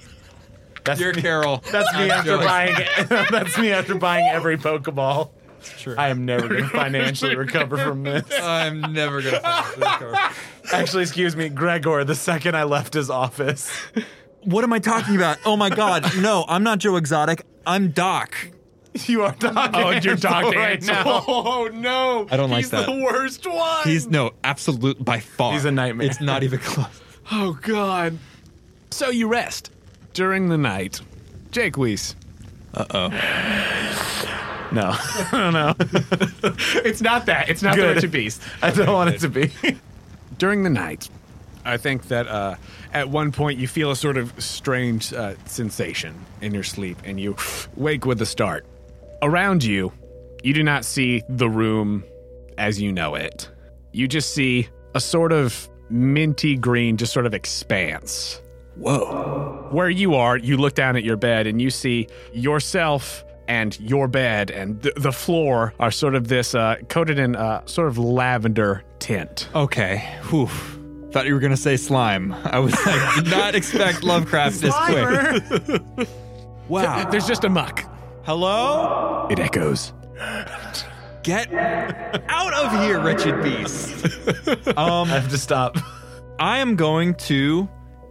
That's
You're
me,
Carol.
that's me
I'm
after
joking.
buying. that's me after buying every Pokeball.
true.
I am never going to financially recover from this.
I'm never gonna. financially recover.
Actually, excuse me, Gregor. The second I left his office,
What am I talking about? Oh my god! No, I'm not Joe Exotic. I'm Doc.
you are talking.
Oh, you're Doc
right
Ansel.
now. Oh no!
I don't like
He's
that.
the worst one.
He's no absolute by far.
He's a nightmare.
It's not even close.
Oh, God. So you rest during the night. Jake Weiss.
no.
It's not that. It's not
Good.
the Witch Beast.
I don't want it to be.
during the night, I think that uh, at one point you feel a sort of strange uh, sensation in your sleep and you wake with a start. Around you, you do not see the room as you know it. You just see a sort of minty green, just sort of expanse. Whoa. Where you are, you look down at your bed and you see yourself and your bed and th- the floor are sort of this uh, coated in uh, sort of lavender tint.
Okay. Whew. Thought you were gonna say slime. I was like, did not expect Lovecraft this quick. Wow.
There's just a muck.
Hello?
It echoes.
Get out of here, wretched beast.
I have to stop.
I am going to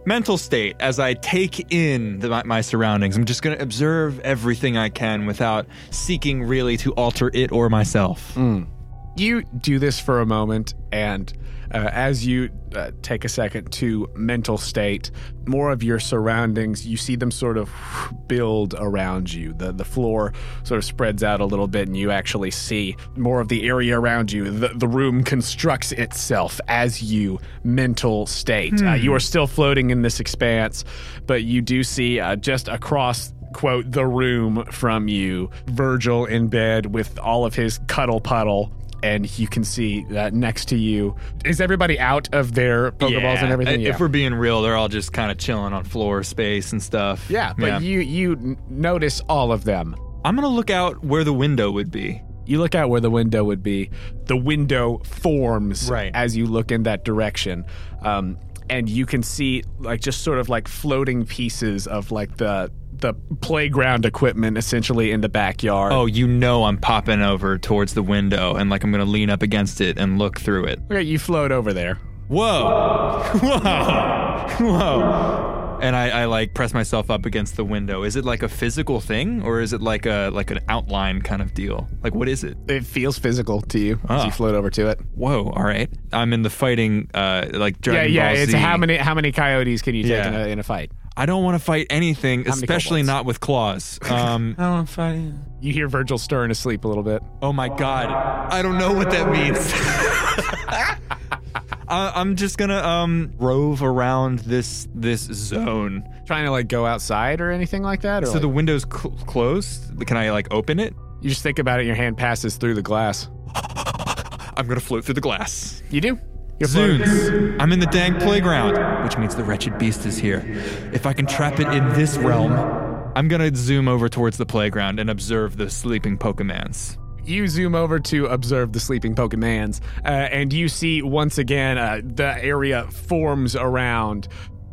mental state as I take in the, my, my surroundings. I'm just gonna observe everything I can without seeking really to alter it or myself.
Mm. You do this for a moment, and uh, as you uh, take a second to mental state more of your surroundings, you see them sort of build around you. The, the floor sort of spreads out a little bit, and you actually see more of the area around you. The, the room constructs itself as you mental state. Uh, you are still floating in this expanse, but you do see uh, just across quote the room from you virgil in bed with all of his cuddle puddle and you can see that uh, next to you is everybody out of their pokeballs and everything
If we're being real, they're all just kind of chilling on floor space and stuff.
yeah but you you n- notice all of them
I'm gonna look out where the window would be.
you look out where the window would be the window forms
Right.
as you look in that direction um, and you can see like just sort of like floating pieces of like the the playground equipment essentially in the backyard
Oh, you know I'm popping over towards the window and like I'm gonna lean up against it and look through it.
okay you float over there
Whoa. Whoa. Whoa. and I, I like press myself up against the window. Is it like a physical thing, or is it like a like an outline kind of deal? Like what is it?
It feels physical to you as you
Ah.
float over to it.
Whoa! All right, I'm in the fighting, uh, like
Yeah,
Dragon
yeah.
Ball
It's
Z.
how many how many coyotes can you take
Yeah.
in, a, in a fight?
I don't want to fight anything,
many Oh.
especially
kobolds?
not with claws. Um,
I don't want to fight you.
You hear Virgil stirring asleep a little bit.
oh my god, I don't know what that means. I, I'm just gonna um rove around this this zone.
Trying to like go outside or anything like that? Or
So
like-
the window's cl- closed. Can I like open it?
you just think about it, your hand passes through the glass.
I'm gonna float through the glass.
You do? You're floating.
Zoons, I'm in the dang playground, which means the wretched beast is here. If I can trap it in this realm, I'm gonna zoom over towards the playground and observe the sleeping Pokemans.
you zoom over to observe the sleeping Pokemans, uh, and you see once again uh, the area forms around.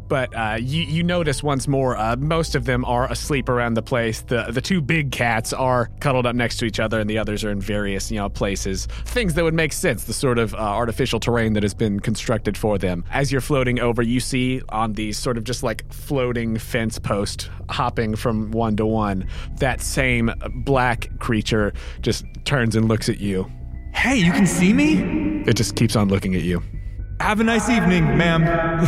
But uh, you, you notice once more, uh, most of them are asleep around the place. The the two big cats are cuddled up next to each other, and the others are in various you know places, things that would make sense. The sort of uh, artificial terrain that has been constructed for them. As you're floating over, you see on these sort of just like floating fence post, hopping from one to one, that same black creature just turns and looks at you.
Hey, you can see me?
It just keeps on looking at you.
Have a nice evening, ma'am.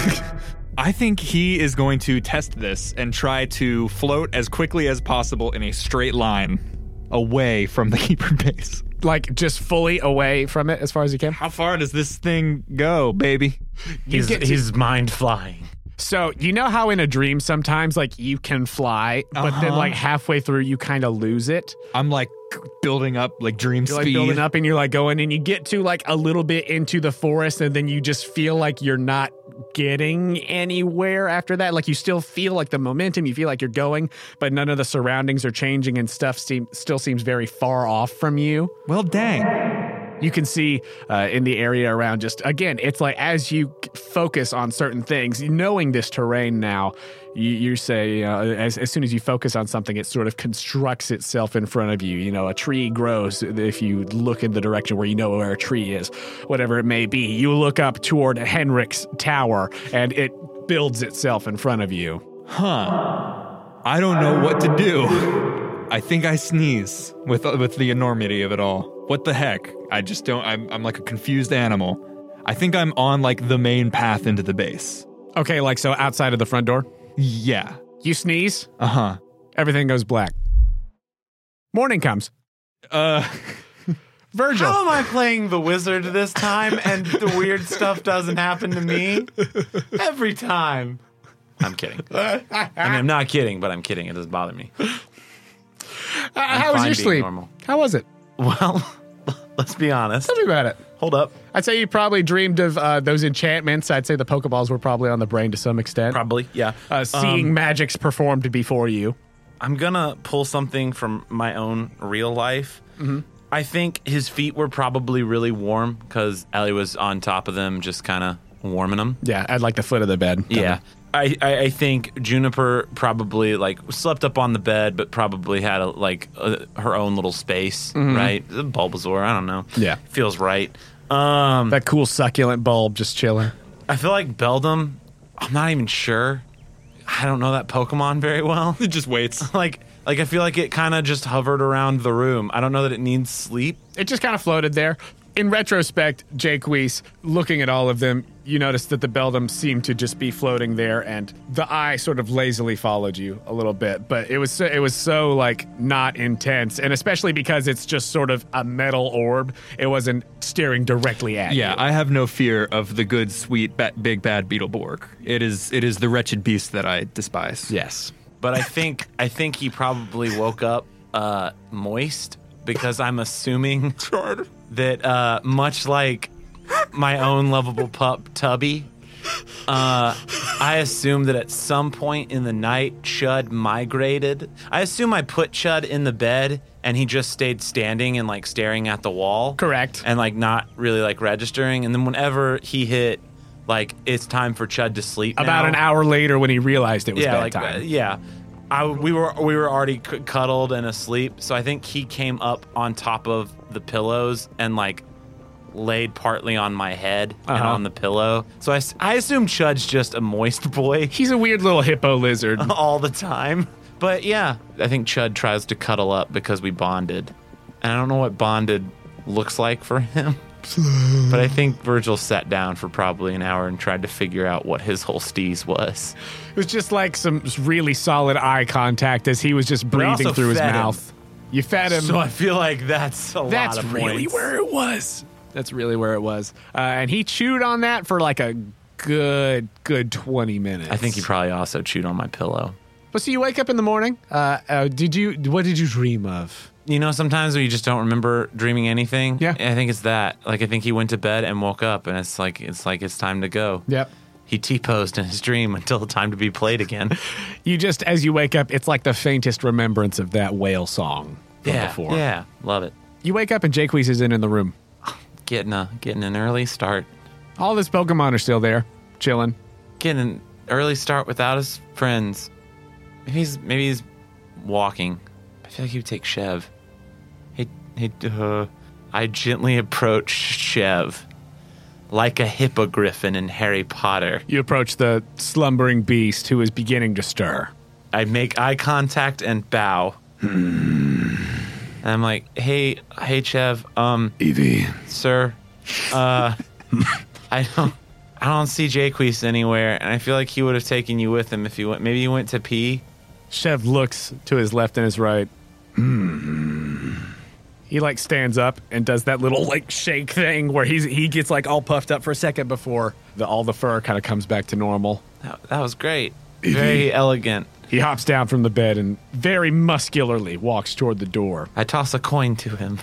I think he is going to test this and try to float as quickly as possible in a straight line away from the keeper base.
Like just fully away from it as far as you can.
How far does this thing go, baby?
He's,
get-
he's mind flying.
So you know how in a dream sometimes like you can fly, but then like halfway through you kind of lose it.
I'm like building up like dream
You're like
speed.
building up and you're like going and you get to like a little bit into the forest and then you just feel like you're not getting anywhere after that. Like you still feel like the momentum, you feel like you're going, but none of the surroundings are changing and stuff seem, still seems very far off from you.
Well, dang.
You can see uh, in the area around just again, it's like as you c- focus on certain things, knowing this terrain now, you, you say, you know, as, as soon as you focus on something, it sort of constructs itself in front of you. You know, a tree grows if you look in the direction where you know where a tree is, whatever it may be. You look up toward Henrik's tower and it builds itself in front of you.
I don't know what to do. I think I sneeze with uh, with the enormity of it all. What the heck? I just don't. I'm I'm like a confused animal. I think I'm on like the main path into the base.
Okay, like so outside of the front door,
Yeah.
you sneeze,
Uh-huh.
everything goes black. Morning comes.
Uh
Virgil.
How am I playing the wizard this time and the weird stuff doesn't happen to me? Every time. I'm kidding. I mean, I'm not kidding, but I'm kidding. It doesn't bother me.
Uh, How was
fine
your
being
sleep?
normal.
How was it?
Well, let's be honest.
Tell me about it.
Hold up.
I'd say you probably dreamed of uh, those enchantments. I'd say the Pokeballs were probably on the brain to some extent.
Probably, yeah.
uh, seeing magics performed before you.
I'm gonna pull something from my own real life. I think his feet were probably really warm because Ellie was on top of them, just kind of warming them.
Yeah, I'd like the foot of the bed.
Yeah. I, I, I think Juniper probably like slept up on the bed, but probably had a, like a, her own little space,
Mm-hmm.
right? Bulbasaur, I don't know.
Yeah.
feels right. Um,
That cool succulent bulb just chilling.
I feel like Beldum. I'm not even sure. I don't know that Pokemon very well.
it just waits.
like like I feel like it kind of just hovered around the room. I don't know that it needs sleep.
It just kind of floated there. In retrospect, Jake Weiss, looking at all of them, you noticed that the Beldum seemed to just be floating there, and the eye sort of lazily followed you a little bit. But it was so, it was so like not intense, and especially because it's just sort of a metal orb, it wasn't staring directly at
Yeah, I have no fear of the good, sweet, ba- big bad Beetleborg. It is it is the wretched beast that I despise.
you. Yes.
But I think I think he probably woke up uh, moist because I'm assuming that uh, much like my own lovable pup Tubby, uh, I assume that at some point in the night Chud migrated. I assume I put Chud in the bed and he just stayed standing and like staring at the wall.
Correct.
and like not really like registering. And then whenever he hit, like it's time for Chud to sleep.
About
now.
an hour later, when he realized it was
Yeah, like
bedtime.
uh, yeah. I, we were we were already c- cuddled and asleep, so I think he came up on top of the pillows and like laid partly on my head and on the pillow. So I, s- I assume Chud's just a moist boy
He's a weird little hippo lizard.
all the time. But yeah, I think Chud tries to cuddle up because we bonded. And I don't know what bonded looks like for him. but I think Virgil sat down for probably an hour and tried to figure out what his whole steez was.
It was just like some really solid eye contact as he was just breathing
also
through his
fed him.
mouth. You fed him.
So I feel like that's a
That's
lot of
really
points.
where it was. That's really where it was. Uh, and he chewed on that for like a good, good 20 minutes.
I think he probably also chewed on my pillow.
But so you wake up in the morning. Uh, uh, did you? What did you dream of?
You know, sometimes when you just don't remember dreaming anything.
Yeah.
I think it's that. Like I think he went to bed and woke up and it's like it's like it's time to go.
Yep.
He T posed in his dream until time to be played again.
You just as you wake up, it's like the faintest remembrance of that whale song from before.
Yeah. Love it.
You wake up and Jaques is in in the room.
Getting a getting an early start.
All his Pokemon are still there, chilling.
Getting an early start without his friends. Maybe he's maybe he's walking. I feel like he would take Chev. Hey hey uh, I gently approach Chev like a hippogriffin in Harry Potter.
You approach the slumbering beast who is beginning to stir.
I make eye contact and bow. and I'm like, hey, hey, Chev, um,
Evie,
sir, uh, I don't, I don't see Jaques anywhere, and I feel like he would have taken you with him if you went. Maybe you went to pee.
Chev looks to his left and his right.
Hmm.
He like stands up and does that little like shake thing where he's he gets like all puffed up for a second before the, all the fur kind of comes back to normal.
That, that was great. Very elegant.
He hops down from the bed and very muscularly walks toward the door.
I toss a coin to him.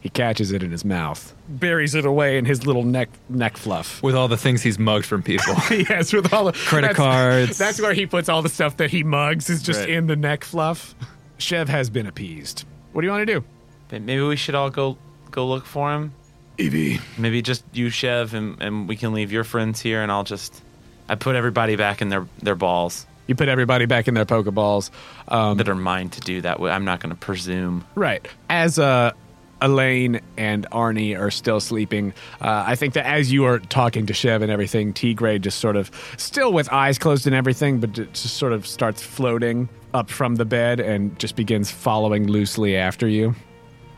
He catches it in his mouth, buries it away in his little neck neck fluff.
With all the things he's mugged from people.
yes, with all the
Credit
that's-
cards.
That's where he puts all the stuff that he mugs is just
Right.
in the neck fluff. Chev has been appeased. What do you want to do?
But maybe we should all go go look for him.
Evie,
Maybe just you, Chev, and, and we can leave your friends here, and I'll just. I put everybody back in their, their balls
You put everybody back in their Pokeballs. Um,
that are mine to do that. way. I'm not going to presume.
right. As uh, Elaine and Arnie are still sleeping, uh, I think that as you are talking to Chev and everything, T Grade just sort of, still with eyes closed and everything, but j- just sort of starts floating up from the bed and just begins following loosely after you.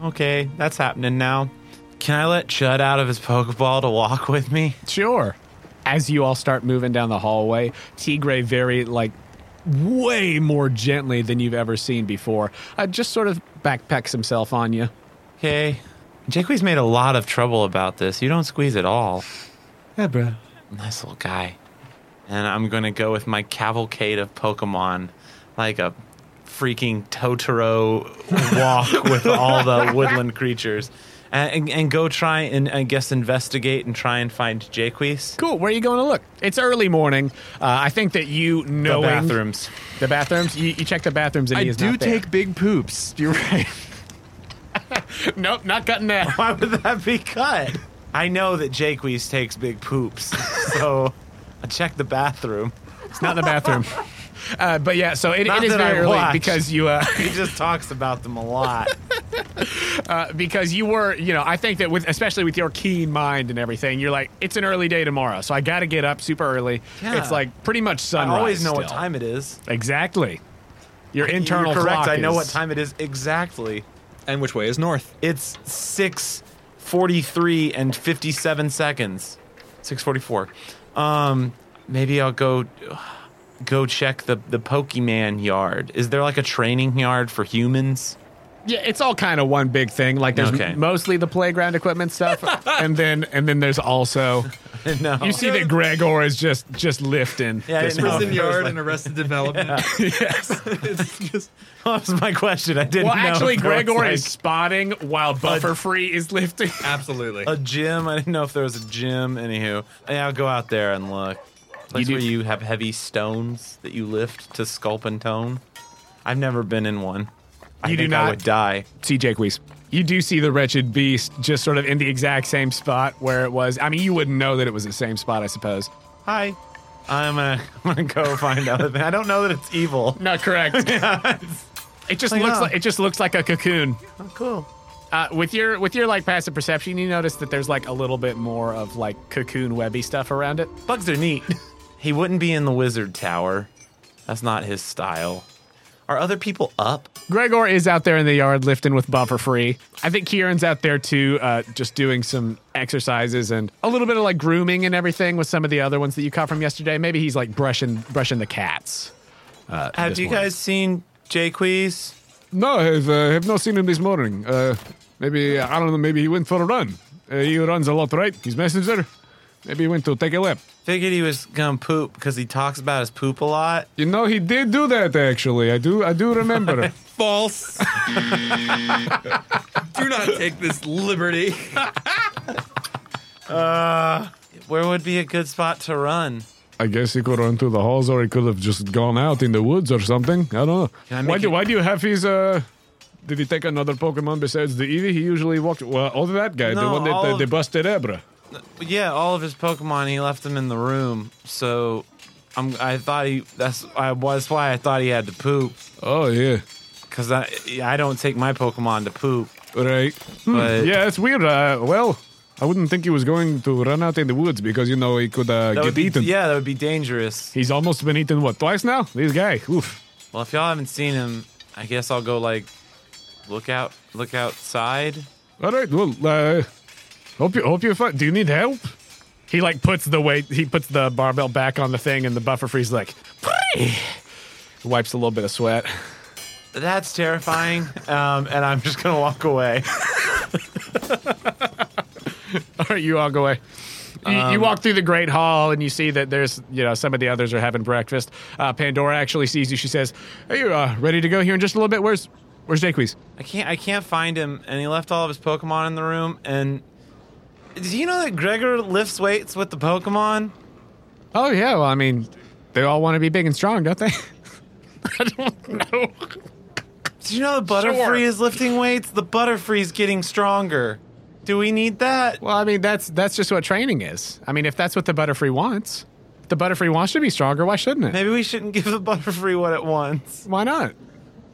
Okay, that's happening now. Can I let Chud out of his Pokeball to walk with me?
Sure. As you all start moving down the hallway, Tigray very like way more gently than you've ever seen before. Uh, just sort of backpacks himself on you.
Okay. Jaqui's made a lot of trouble about this. You don't squeeze at all.
Yeah, bro.
Nice little guy. And I'm going to go with my cavalcade of Pokemon like a freaking Totoro walk with all the woodland creatures. And, and, and go try and, I guess, investigate and try and find Jaqui's.
Cool. Where are you going to look? It's early morning. Uh, I think that you
The
know
bathrooms.
The bathrooms. You, you check the bathrooms, and
I
he is
do
not there.
take big poops. You're right.
Nope, not cutting that.
Why would that be cut? I know that Jaques takes big poops, so I check the bathroom.
it's not in the bathroom. Uh, but yeah, so it,
Not
it is
that I
very early
watch.
because you uh,
He just talks about them a lot.
because you were, you know, I think that with especially with your keen mind and everything, you're like, it's an early day tomorrow, so I got to get up super early.
Yeah.
It's like pretty much
I
sunrise.
always know what
still.
time it is.
Exactly. Your internal
You're correct.
clock
I know
is-
what time it is exactly.
And which way is north?
It's six forty-three and fifty-seven seconds. Six forty-four. Um, maybe I'll go go check the the Pokemon yard. Is there like a training yard for humans?
Yeah, it's all kind of one big thing. Like there's
Okay.
mostly the playground equipment stuff, and then and then there's also
No.
you see that Gregor is just just lifting.
Yeah, I
this
didn't know.
one.
Prison yard and
arrested development.
that was my question. I didn't
Well,
know.
actually,
if there was,
Gregor
like,
is spotting while Buffer Free is lifting.
Absolutely.
a gym. I didn't know if there was a gym. Anywho, yeah, I'll go out there and look. Place
do-
where you have heavy stones that you lift to sculpt and tone. I've never been in one. I
You do
think
not-
I would die.
see Jaques. You do see the wretched beast just sort of in the exact same spot where it was. I mean, you wouldn't know that it was the same spot, I suppose.
Hi. I'm gonna, I'm gonna go find other thing. I don't know that it's evil.
Not correct. it just
Like,
looks
oh.
like it just looks like a cocoon.
cool.
Uh, with your with your like passive perception, you notice that there's like a little bit more of like cocoon webby stuff around it.
Bugs are neat. he wouldn't be in the wizard tower. That's not his style. Are other people up?
Gregor is out there in the yard lifting with buffer free. I think Kieran's out there too, uh, just doing some exercises and a little bit of like grooming and everything with some of the other ones that you caught from yesterday. Maybe he's like brushing brushing the cats.
Have
this
you
morning.
guys seen Jaques?
No, I've, uh, have not seen him this morning. Uh, maybe, I don't know, maybe he went for a run. Uh, he runs a lot, right? He's messenger. Maybe he went to take a lap.
Figured he was gonna poop because he talks about his poop a lot.
You know, he did do that, actually. I do I do remember.
False. Do not take this liberty.
Where would be a good spot to run?
I guess he could run through the halls or he could have just gone out in the woods or something. I don't know.
I make
why, do,
it-
why do you have his. Uh, did he take another Pokemon besides the Eevee? He usually walked. Well, other that guy, the
No,
one that
all
they,
of-
they busted Ebra.
But yeah, all of his Pokemon, he left them in the room. So, I'm, I thought he. That's I, that's why I thought he had to poop.
Oh, yeah.
Cause I I don't take my Pokemon to poop.
Right.
But
Hmm. Yeah, it's weird. Uh, well, I wouldn't think he was going to run out in the woods because, you know, he could uh,
that
get
would be,
eaten.
yeah, that would be dangerous.
He's almost been eaten, what, twice now? This guy. Oof.
Well, if y'all haven't seen him, I guess I'll go like look out, look outside.
All right, well, uh, hope, you, hope you're fine. Do you need help?
He like puts the weight, he puts the barbell back on the thing, and the buffer free's like, "Pree!" wipes a little bit of sweat.
That's terrifying. um, and I'm just gonna walk away.
All right, you all go away. You, you walk through the great hall and you see that there's, you know, some of the others are having breakfast. Uh, Pandora actually sees you. She says, "Are you uh, ready to go here in just a little bit? Where's, where's Jaques?
I can't I can't find him, and he left all of his Pokemon in the room. And do you know that Gregor lifts weights with the Pokemon?
Oh yeah, well, I mean, they all want to be big and strong, don't they?
Did you know the Butterfree is lifting weights? The Butterfree's getting stronger. Do we need that?
Well, I mean, that's that's just what training is. I mean, if that's what the butterfree wants, if the butterfree wants to be stronger. Why shouldn't it?
Maybe we shouldn't give the Butterfree what it wants
Why not?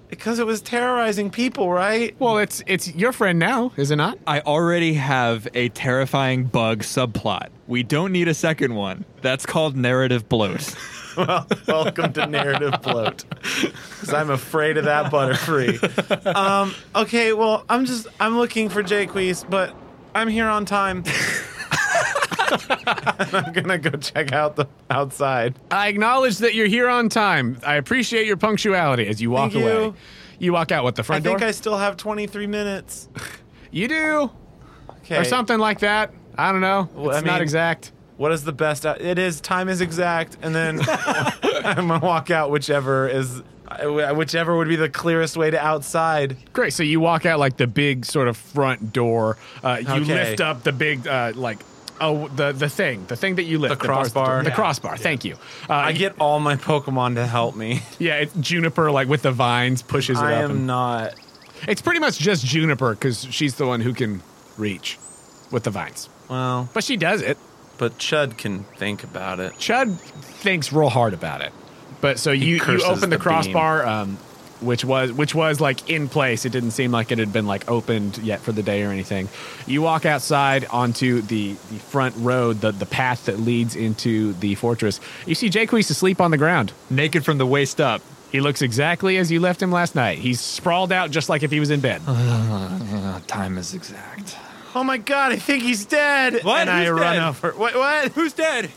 because it was terrorizing people, right?
Well, it's it's your friend now, is it not?
I already have a terrifying bug subplot. We don't need a second one. That's called narrative bloat.
Welcome to narrative bloat. Because I'm afraid of that butterfree. Um, okay, well, I'm just I'm looking for Jaques, but I'm here on time. I'm gonna go check out the outside.
I acknowledge that you're here on time. I appreciate your punctuality as you walk
Thank
away.
you.
You walk out with the
I
front
think
door.
I still have 23 minutes.
you do,
Okay.
or something like that. I don't know.
Well,
it's
I
not
mean-
exact.
What is the best? Out- it is time is exact, and then I'm gonna walk out whichever is uh, whichever would be the clearest way to outside.
Great. So you walk out like the big sort of front door. Uh, you
Okay.
lift up the big uh, like oh the the thing the thing that you lift
The
bars-
crossbar.
the
Yeah.
crossbar. Thank you. Uh,
I get all my Pokemon to help me.
yeah. It's juniper like with the vines pushes it
I
up.
am
And,
not.
it's pretty much just juniper because she's the one who can reach with the vines.
Well,
But she does it.
But Chud can think about it.
Chud thinks real hard about it. But so you, you
curses
open the,
the beam.
crossbar, um, which was which was like in place. It didn't seem like it had been like opened yet for the day or anything. You walk outside onto the, the front road, the, the path that leads into the fortress. You see Jaques asleep on the ground.
Naked from the waist up.
He looks exactly as you left him last night. He's sprawled out just like if he was in bed.
Time is exact.
Oh my god, I think he's dead.
What?
And I
Who's
run
dead?
over. What? What?
Who's dead?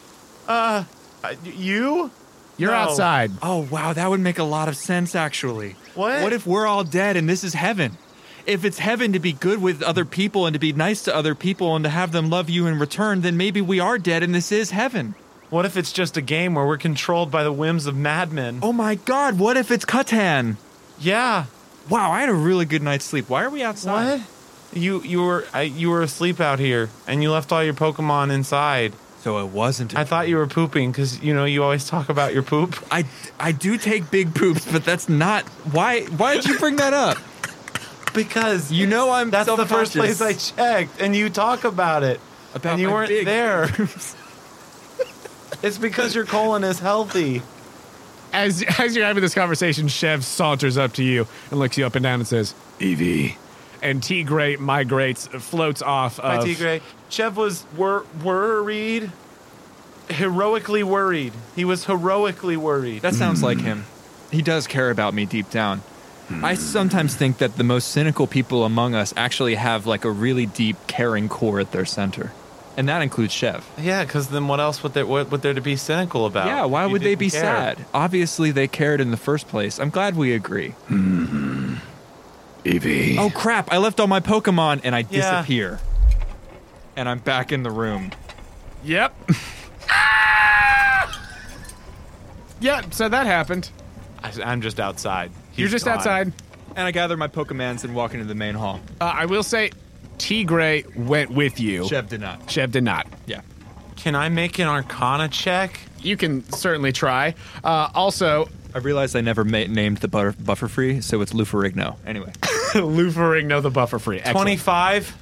Uh, y- you?
You're
No.
outside.
Oh, wow, that would make a lot of sense, actually.
What?
What if we're all dead and this is heaven? If it's heaven to be good with other people and to be nice to other people and to have them love you in return, then maybe we are dead and this is heaven.
What if it's just a game where we're controlled by the whims of madmen?
Oh my god, what if it's Catan?
Yeah.
Wow, I had a really good night's sleep. Why are we outside?
What? You you were I, you were asleep out here, and you left all your Pokemon inside.
So it wasn't.
I thought you were pooping because you know you always talk about your poop.
I I do take big poops, but that's not why. Why did you bring that up?
Because
You know I'm
that's the
self-conscious.
first place I checked, and you talk about it.
About
and you
my
weren't
big
there. it's because your colon is healthy.
As as you're having this conversation, Chev saunters up to you and looks you up and down and says,
Evie,
and Tigray migrates, floats off.
Hi,
of-
Tigray. Chev was wor- worried, heroically worried. He was heroically worried.
That sounds
Hmm.
like him. He does care about me deep down. I sometimes think that the most cynical people among us actually have like a really deep caring core at their center. And that includes Chev.
Yeah, because then what else would there what would there to be cynical about?
Yeah, why
You
would they
Oh, didn't
be
care.
sad? Obviously, they cared in the first place. I'm glad we agree.
Evie.
Oh crap, I left all my Pokemon and I
Yeah.
disappear. And I'm back in the room.
Yep. yep. So that happened.
I, am just outside.
You're
He's
just
gone.
outside.
And I gather my Pokemons and walk into the main hall.
Uh, I will say, Tigray went with you.
Chev did not.
Chev did not.
Yeah.
Can I make an Arcana check?
You can certainly try. Uh, also,
I realized I never ma- named the butter- buffer free, so it's Lufarigno. Anyway.
Luferigno the buffer free.
Twenty five,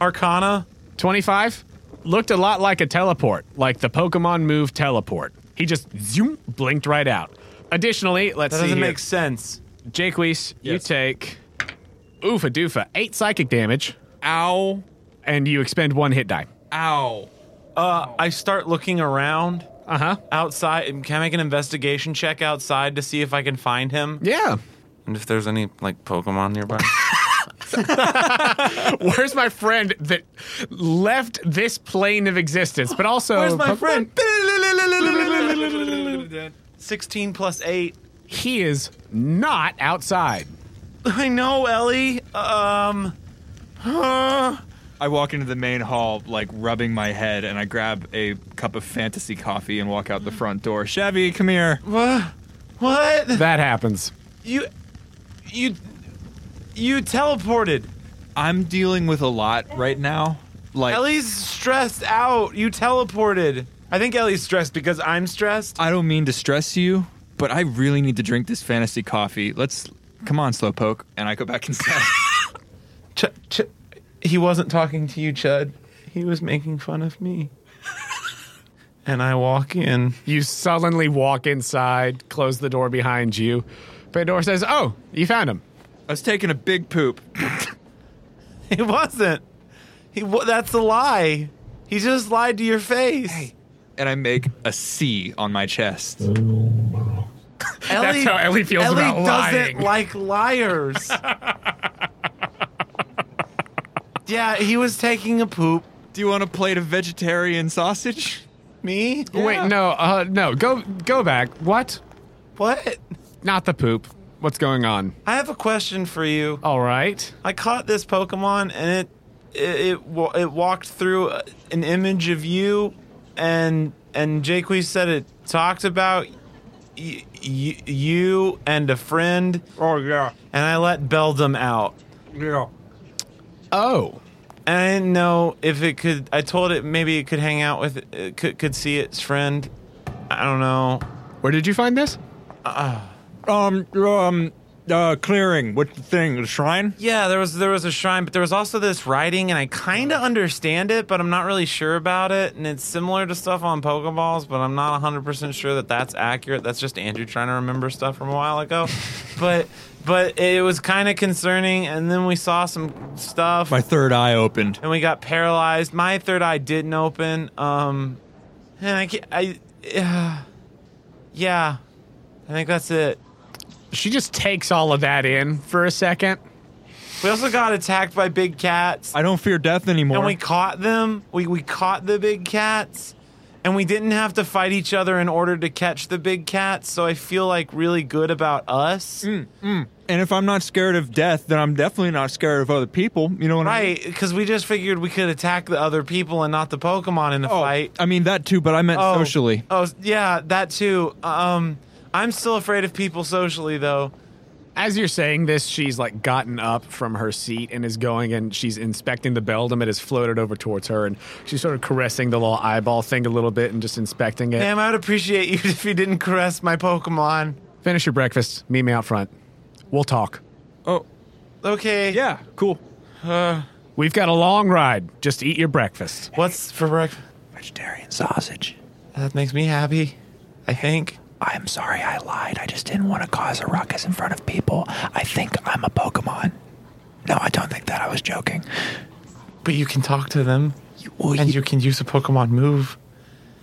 Arcana.
25 looked a lot like a teleport, like the Pokemon move teleport. He just zoom blinked right out. Additionally, let's
That
see
doesn't
here.
make sense.
Jake Weiss, you
Yes.
take oofa doofa, eight psychic damage,
Ow.
and you expend one hit die.
Ow. Uh-huh.
Uh, I start looking around
Uh huh.
outside. Can I make an investigation check outside to see if I can find him
Yeah.
and if there's any like Pokemon nearby?
Where's my friend that left this plane of existence, but also
Where's my
Pokemon?
friend? Sixteen plus eight.
He is not outside.
I know, Ellie. Um, huh.
I walk into the main hall, like rubbing my head, and I grab a cup of fantasy coffee and walk out the front door. Chevy, come here.
what? What?
That happens.
You, you, you teleported.
I'm dealing with a lot right now. Like,
Ellie's stressed out. You teleported. I think Ellie's stressed because I'm stressed.
I don't mean to stress you, but I really need to drink this fantasy coffee. Let's come on, Slowpoke. And I go back inside.
Ch- ch- he wasn't talking to you, Chud. He was making fun of me. and I walk in.
You sullenly walk inside, close the door behind you. Pandora says, Oh, you found him.
I was taking a big poop.
He wasn't. He. Wa- that's a lie. He just lied to your face.
and I make a C on my chest.
Ellie,
how Ellie feels
Ellie
about lying.
doesn't like liars. yeah, he was taking a poop.
Do you want a plate of vegetarian sausage?
Me?
Wait, no, uh, no, go go back. What?
What?
Not the poop. What's going on?
I have a question for you.
All right.
I caught this Pokemon and it it it, wa- it walked through uh, an image of you, and and Jaque said it talked about y- y- you and a friend. Oh yeah. And I let Beldum out.
Oh,
And I didn't know if it could. I told it maybe it could hang out with, it could could see its friend. I don't know.
where did you find this?
Um, um, uh, clearing. What's the thing? The shrine?
Yeah, there was there was a shrine, but there was also this writing, and I kind of understand it, but I'm not really sure about it. And it's similar to stuff on Pokeballs, but I'm not 100 percent sure that that's accurate. That's just Andrew trying to remember stuff from a while ago. but but it was kind of concerning. And then we saw some stuff.
My third eye opened.
and we got paralyzed. My third eye didn't open. Um, and I, can't, I, uh, yeah, I think that's it.
She just takes all of that in for a second.
We also got attacked by big cats,
I don't fear death anymore.
and we caught them. We we caught the big cats, and we didn't have to fight each other in order to catch the big cats. So I feel like really good about us,
Mm-hmm. and if I'm not scared of death, then I'm definitely not scared of other people. You know what I mean?
right? Because we just figured we could attack the other people and not the Pokemon in a
Oh,
fight.
I mean that too, but I meant
Oh.
socially.
Oh yeah, that too. Um, I'm still afraid of people socially though.
As you're saying this, she's like gotten up from her seat and is going and she's inspecting the beldum. It has floated over towards her and she's sort of caressing the little eyeball thing a little bit and just inspecting it.
Damn, I would appreciate you if you didn't caress my Pokemon.
Finish your breakfast. Meet me out front. We'll talk.
Oh,
Okay.
yeah, cool.
We've got a long ride. Just eat your breakfast.
What's for breakfast?
Vegetarian sausage.
That makes me happy. I think.
I'm sorry I lied. I just didn't want to cause a ruckus in front of people. I think I'm a Pokemon. No, I don't think that. I was joking.
But you can talk to them,
Well,
and
you-
you can use a Pokemon move.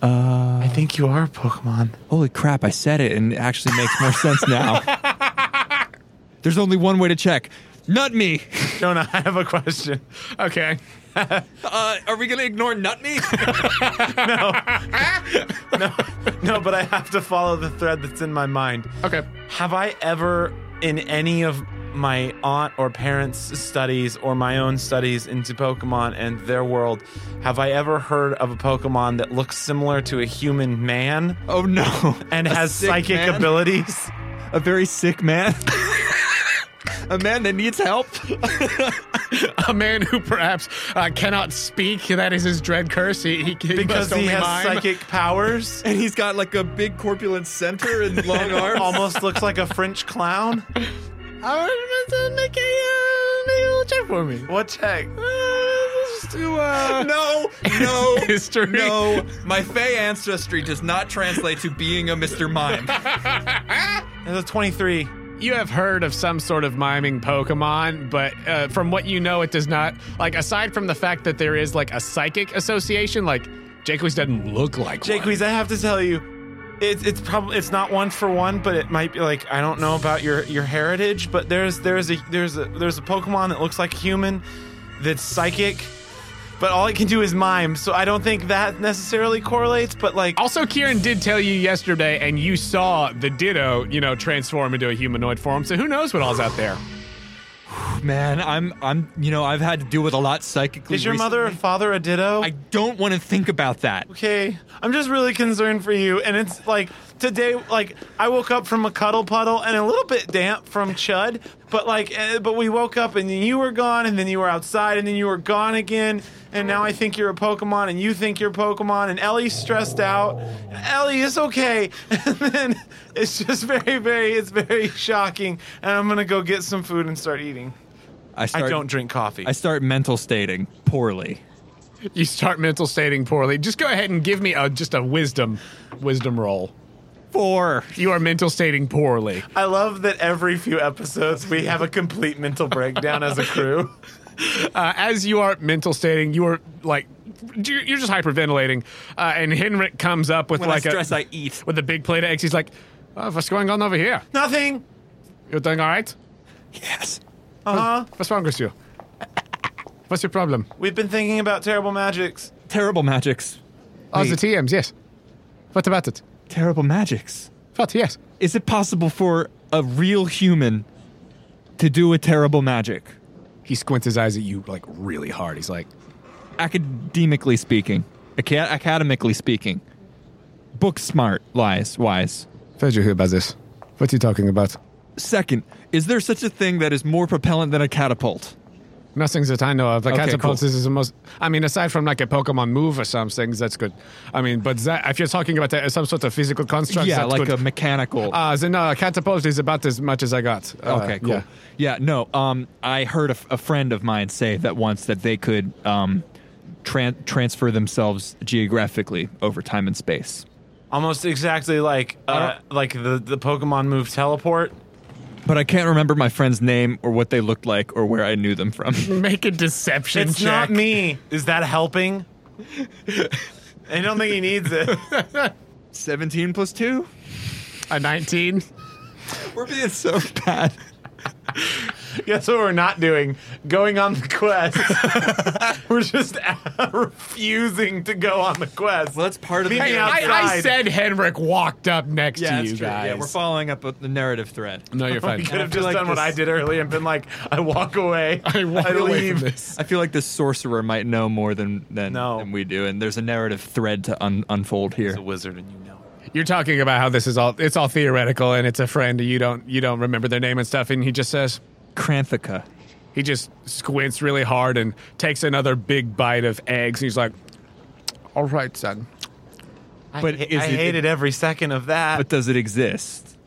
Uh, I think you are a Pokemon.
Holy crap, I said it and it actually makes more sense now. There's only one way to check. Nut me.
Jonah, I have a question.
Okay.
Uh, are we going to ignore nut me?
No, but I have to follow the thread that's in my mind.
Okay.
Have I ever, in any of my aunt or parents' studies or my own studies into Pokemon and their world, have I ever heard of a Pokemon that looks similar to a human man
oh no.
and
A
has
sick
psychic
man?
abilities?
A very sick man. A man that needs help.
A man who perhaps uh, cannot speak. That is his dread curse. He, he, he
Because
must
he
only
has
mime.
psychic powers?
And he's got like a big corpulent center and long arms.
Almost looks like a French clown.
Uh, make a, uh, make a little check for me.
What check?
No, no,
History.
No, my Fey ancestry does not translate to being a Mr. Mime.
It's a 23.
You have heard of some sort of miming Pokemon, but uh, from what you know, it does not. Like, aside from the fact that there is like a psychic association, like Jacquees doesn't look like one.
Jaques, I have to tell you, it's it's probably it's not one for one, but it might be like I don't know about your your heritage, but there's there's a there's a there's a Pokemon that looks like a human, that's psychic, but all it can do is mime. So I don't think that necessarily correlates. But like,
Also, Kieran did tell you yesterday, and you saw the Ditto, you know, transform into a humanoid form. So who knows what all's out there?
Man, I'm, I'm, you know, I've had to deal with a lot psychically.
is your
recently.
mother or father a Ditto?
I don't want to think about that.
okay, I'm just really concerned for you, and it's like. Today, like I woke up from a cuddle puddle and a little bit damp from Chud, but like, eh, but we woke up and then you were gone, and then you were outside, and then you were gone again, and now I think you're a Pokemon, and you think you're Pokemon, and Ellie's stressed out. Ellie is okay, and then it's just very, very, it's very shocking, and I'm gonna go get some food and start eating.
I start,
I don't drink coffee.
I start mental stating poorly.
You start mental stating poorly. Just go ahead and give me a just a wisdom, wisdom roll.
Four.
You are mental stating poorly.
I love that every few episodes we have a complete mental breakdown as a crew.
Uh, as you are mental stating, you are like you're you're just hyperventilating, uh, and Henrik comes up with
When
like
I stress,
a
I eat.
with a big plate of eggs. He's like, oh, "What's going on over here?
Nothing.
You're doing all right?
Yes.
Uh huh.
What's wrong with you? What's your problem?
We've been thinking about terrible magics.
Terrible magics.
Oh, the
Wait.
TMs, yes. What about it?
Terrible magics.
What? Yes.
Is it possible for a real human to do a terrible magic?
He squints his eyes at you like really hard. He's like,
academically speaking, aca- academically speaking, book smart lies wise.
"Fed you about this? What are you talking about?
Second, is there such a thing that is more propellant than a catapult?
Nothing that I know of. Like
Okay,
catapults
cool.
is the most. I mean, aside from like a Pokemon move or some things, that's good. I mean, but that, if you're talking about that, some sort of physical construct,
yeah,
that's
like
good.
a mechanical.
Uh, then uh, catapult is about as much as I got. Uh,
okay, cool.
yeah.
Yeah, no. Um, I heard a, f- a friend of mine say that once that they could um, tran- transfer themselves geographically over time and space.
Almost exactly like uh, like the, the Pokemon move teleport.
But I can't remember my friend's name or what they looked like or where I knew them from.
Make a deception
It's not me. Is that helping? I don't think he needs it.
17 plus 2?
A 19.
We're being so bad.
Guess what we're not doing? Going on the quest. we're just refusing to go on the quest.
Well, that's part of the
Being
narrative.
outside.
I, I said Henrik walked up next
Yeah,
to
that's
you
true.
guys.
Yeah, we're following up with the narrative thread.
no, you're fine.
we could have just
like
done what
this-
I did earlier and been like, I walk away.
I walk away
leave.
from this.
I feel like this sorcerer might know more than than,
No.
than we do, and there's a narrative thread to un- unfold here.
wizard and you know
You're talking about how this is all it's all theoretical and it's a friend you don't you don't remember their name and stuff and he just says
Kranthica.
he just squints really hard and takes another big bite of eggs and he's like all right son
But
But
I,
is it-
hated every second of that.
But does it exist?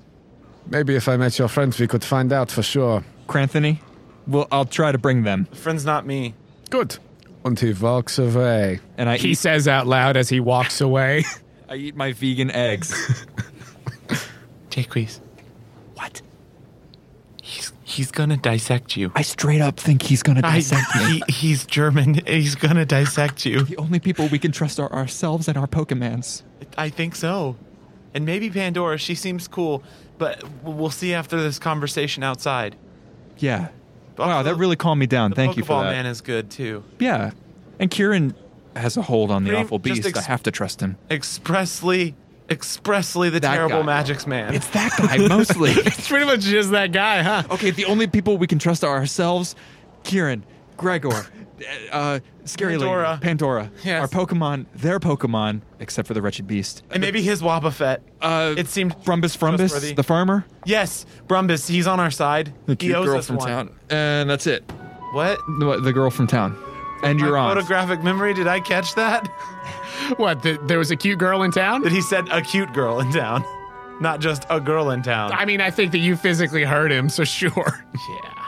maybe if i met your friends we could find out for sure
Cranthony? Well, I'll try to bring them.
Friend's not me.
good and he walks away
And I
he
eat,
says out loud as he walks away
I eat my vegan eggs.
Jaques.
What?
He's, he he's gonna dissect you.
I straight up think he's gonna
I,
dissect me.
he, he's German. He's gonna dissect you.
The only people we can trust are ourselves and our Pokemans.
I think so. And maybe Pandora. She seems cool, but we'll see after this conversation outside.
Yeah. Wow, that really calmed me down.
The
Thank you for
Pokeball
that.
man is good too.
Yeah. And Kieran has a hold on the
Pretty-
awful
just
beast.
ex-
I have to trust him.
Expressly, expressly the
That
terrible
guy.
magics man.
It's that guy mostly.
It's pretty much just that guy, huh?
okay, the only people we can trust are ourselves, Kieran, Gregor, uh, Scary Lady,
Pandora.
Pandora,
Yes.
our Pokemon, their Pokemon, except for the wretched beast.
and maybe his Wobbuffet.
Uh,
it seemed
Frumbus
trustworthy.
Frumbus, the farmer.
Yes, Brumbus. He's on our side.
The
he
cute
owes
girl
us
from
one.
town. And that's it.
What?
The, the girl from town. And you're
My
on.
photographic memory. Did I catch that?
What? th there was a cute girl in town?
That he said a cute girl in town, not just a girl in town.
I mean, I think that you physically hurt him, so sure.
yeah.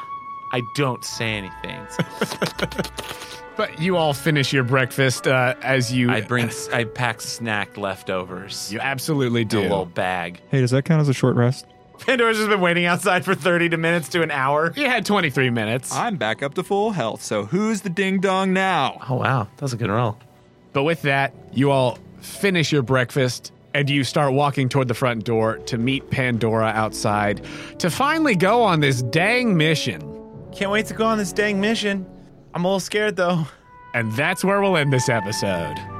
I don't say anything.
But you all finish your breakfast uh, as you.
I bring. I pack snack leftovers.
You absolutely
in a
do.
little bag.
Hey, does that count as a short rest?
Pandora's just been waiting outside for 30 to minutes to an hour.
You had 23 minutes.
I'm back up to full health, so who's the ding dong now?
Oh wow, that was a good roll.
But with that, you all finish your breakfast and you start walking toward the front door to meet Pandora outside to finally go on this dang mission.
Can't wait to go on this dang mission. I'm a little scared though.
And that's where we'll end this episode.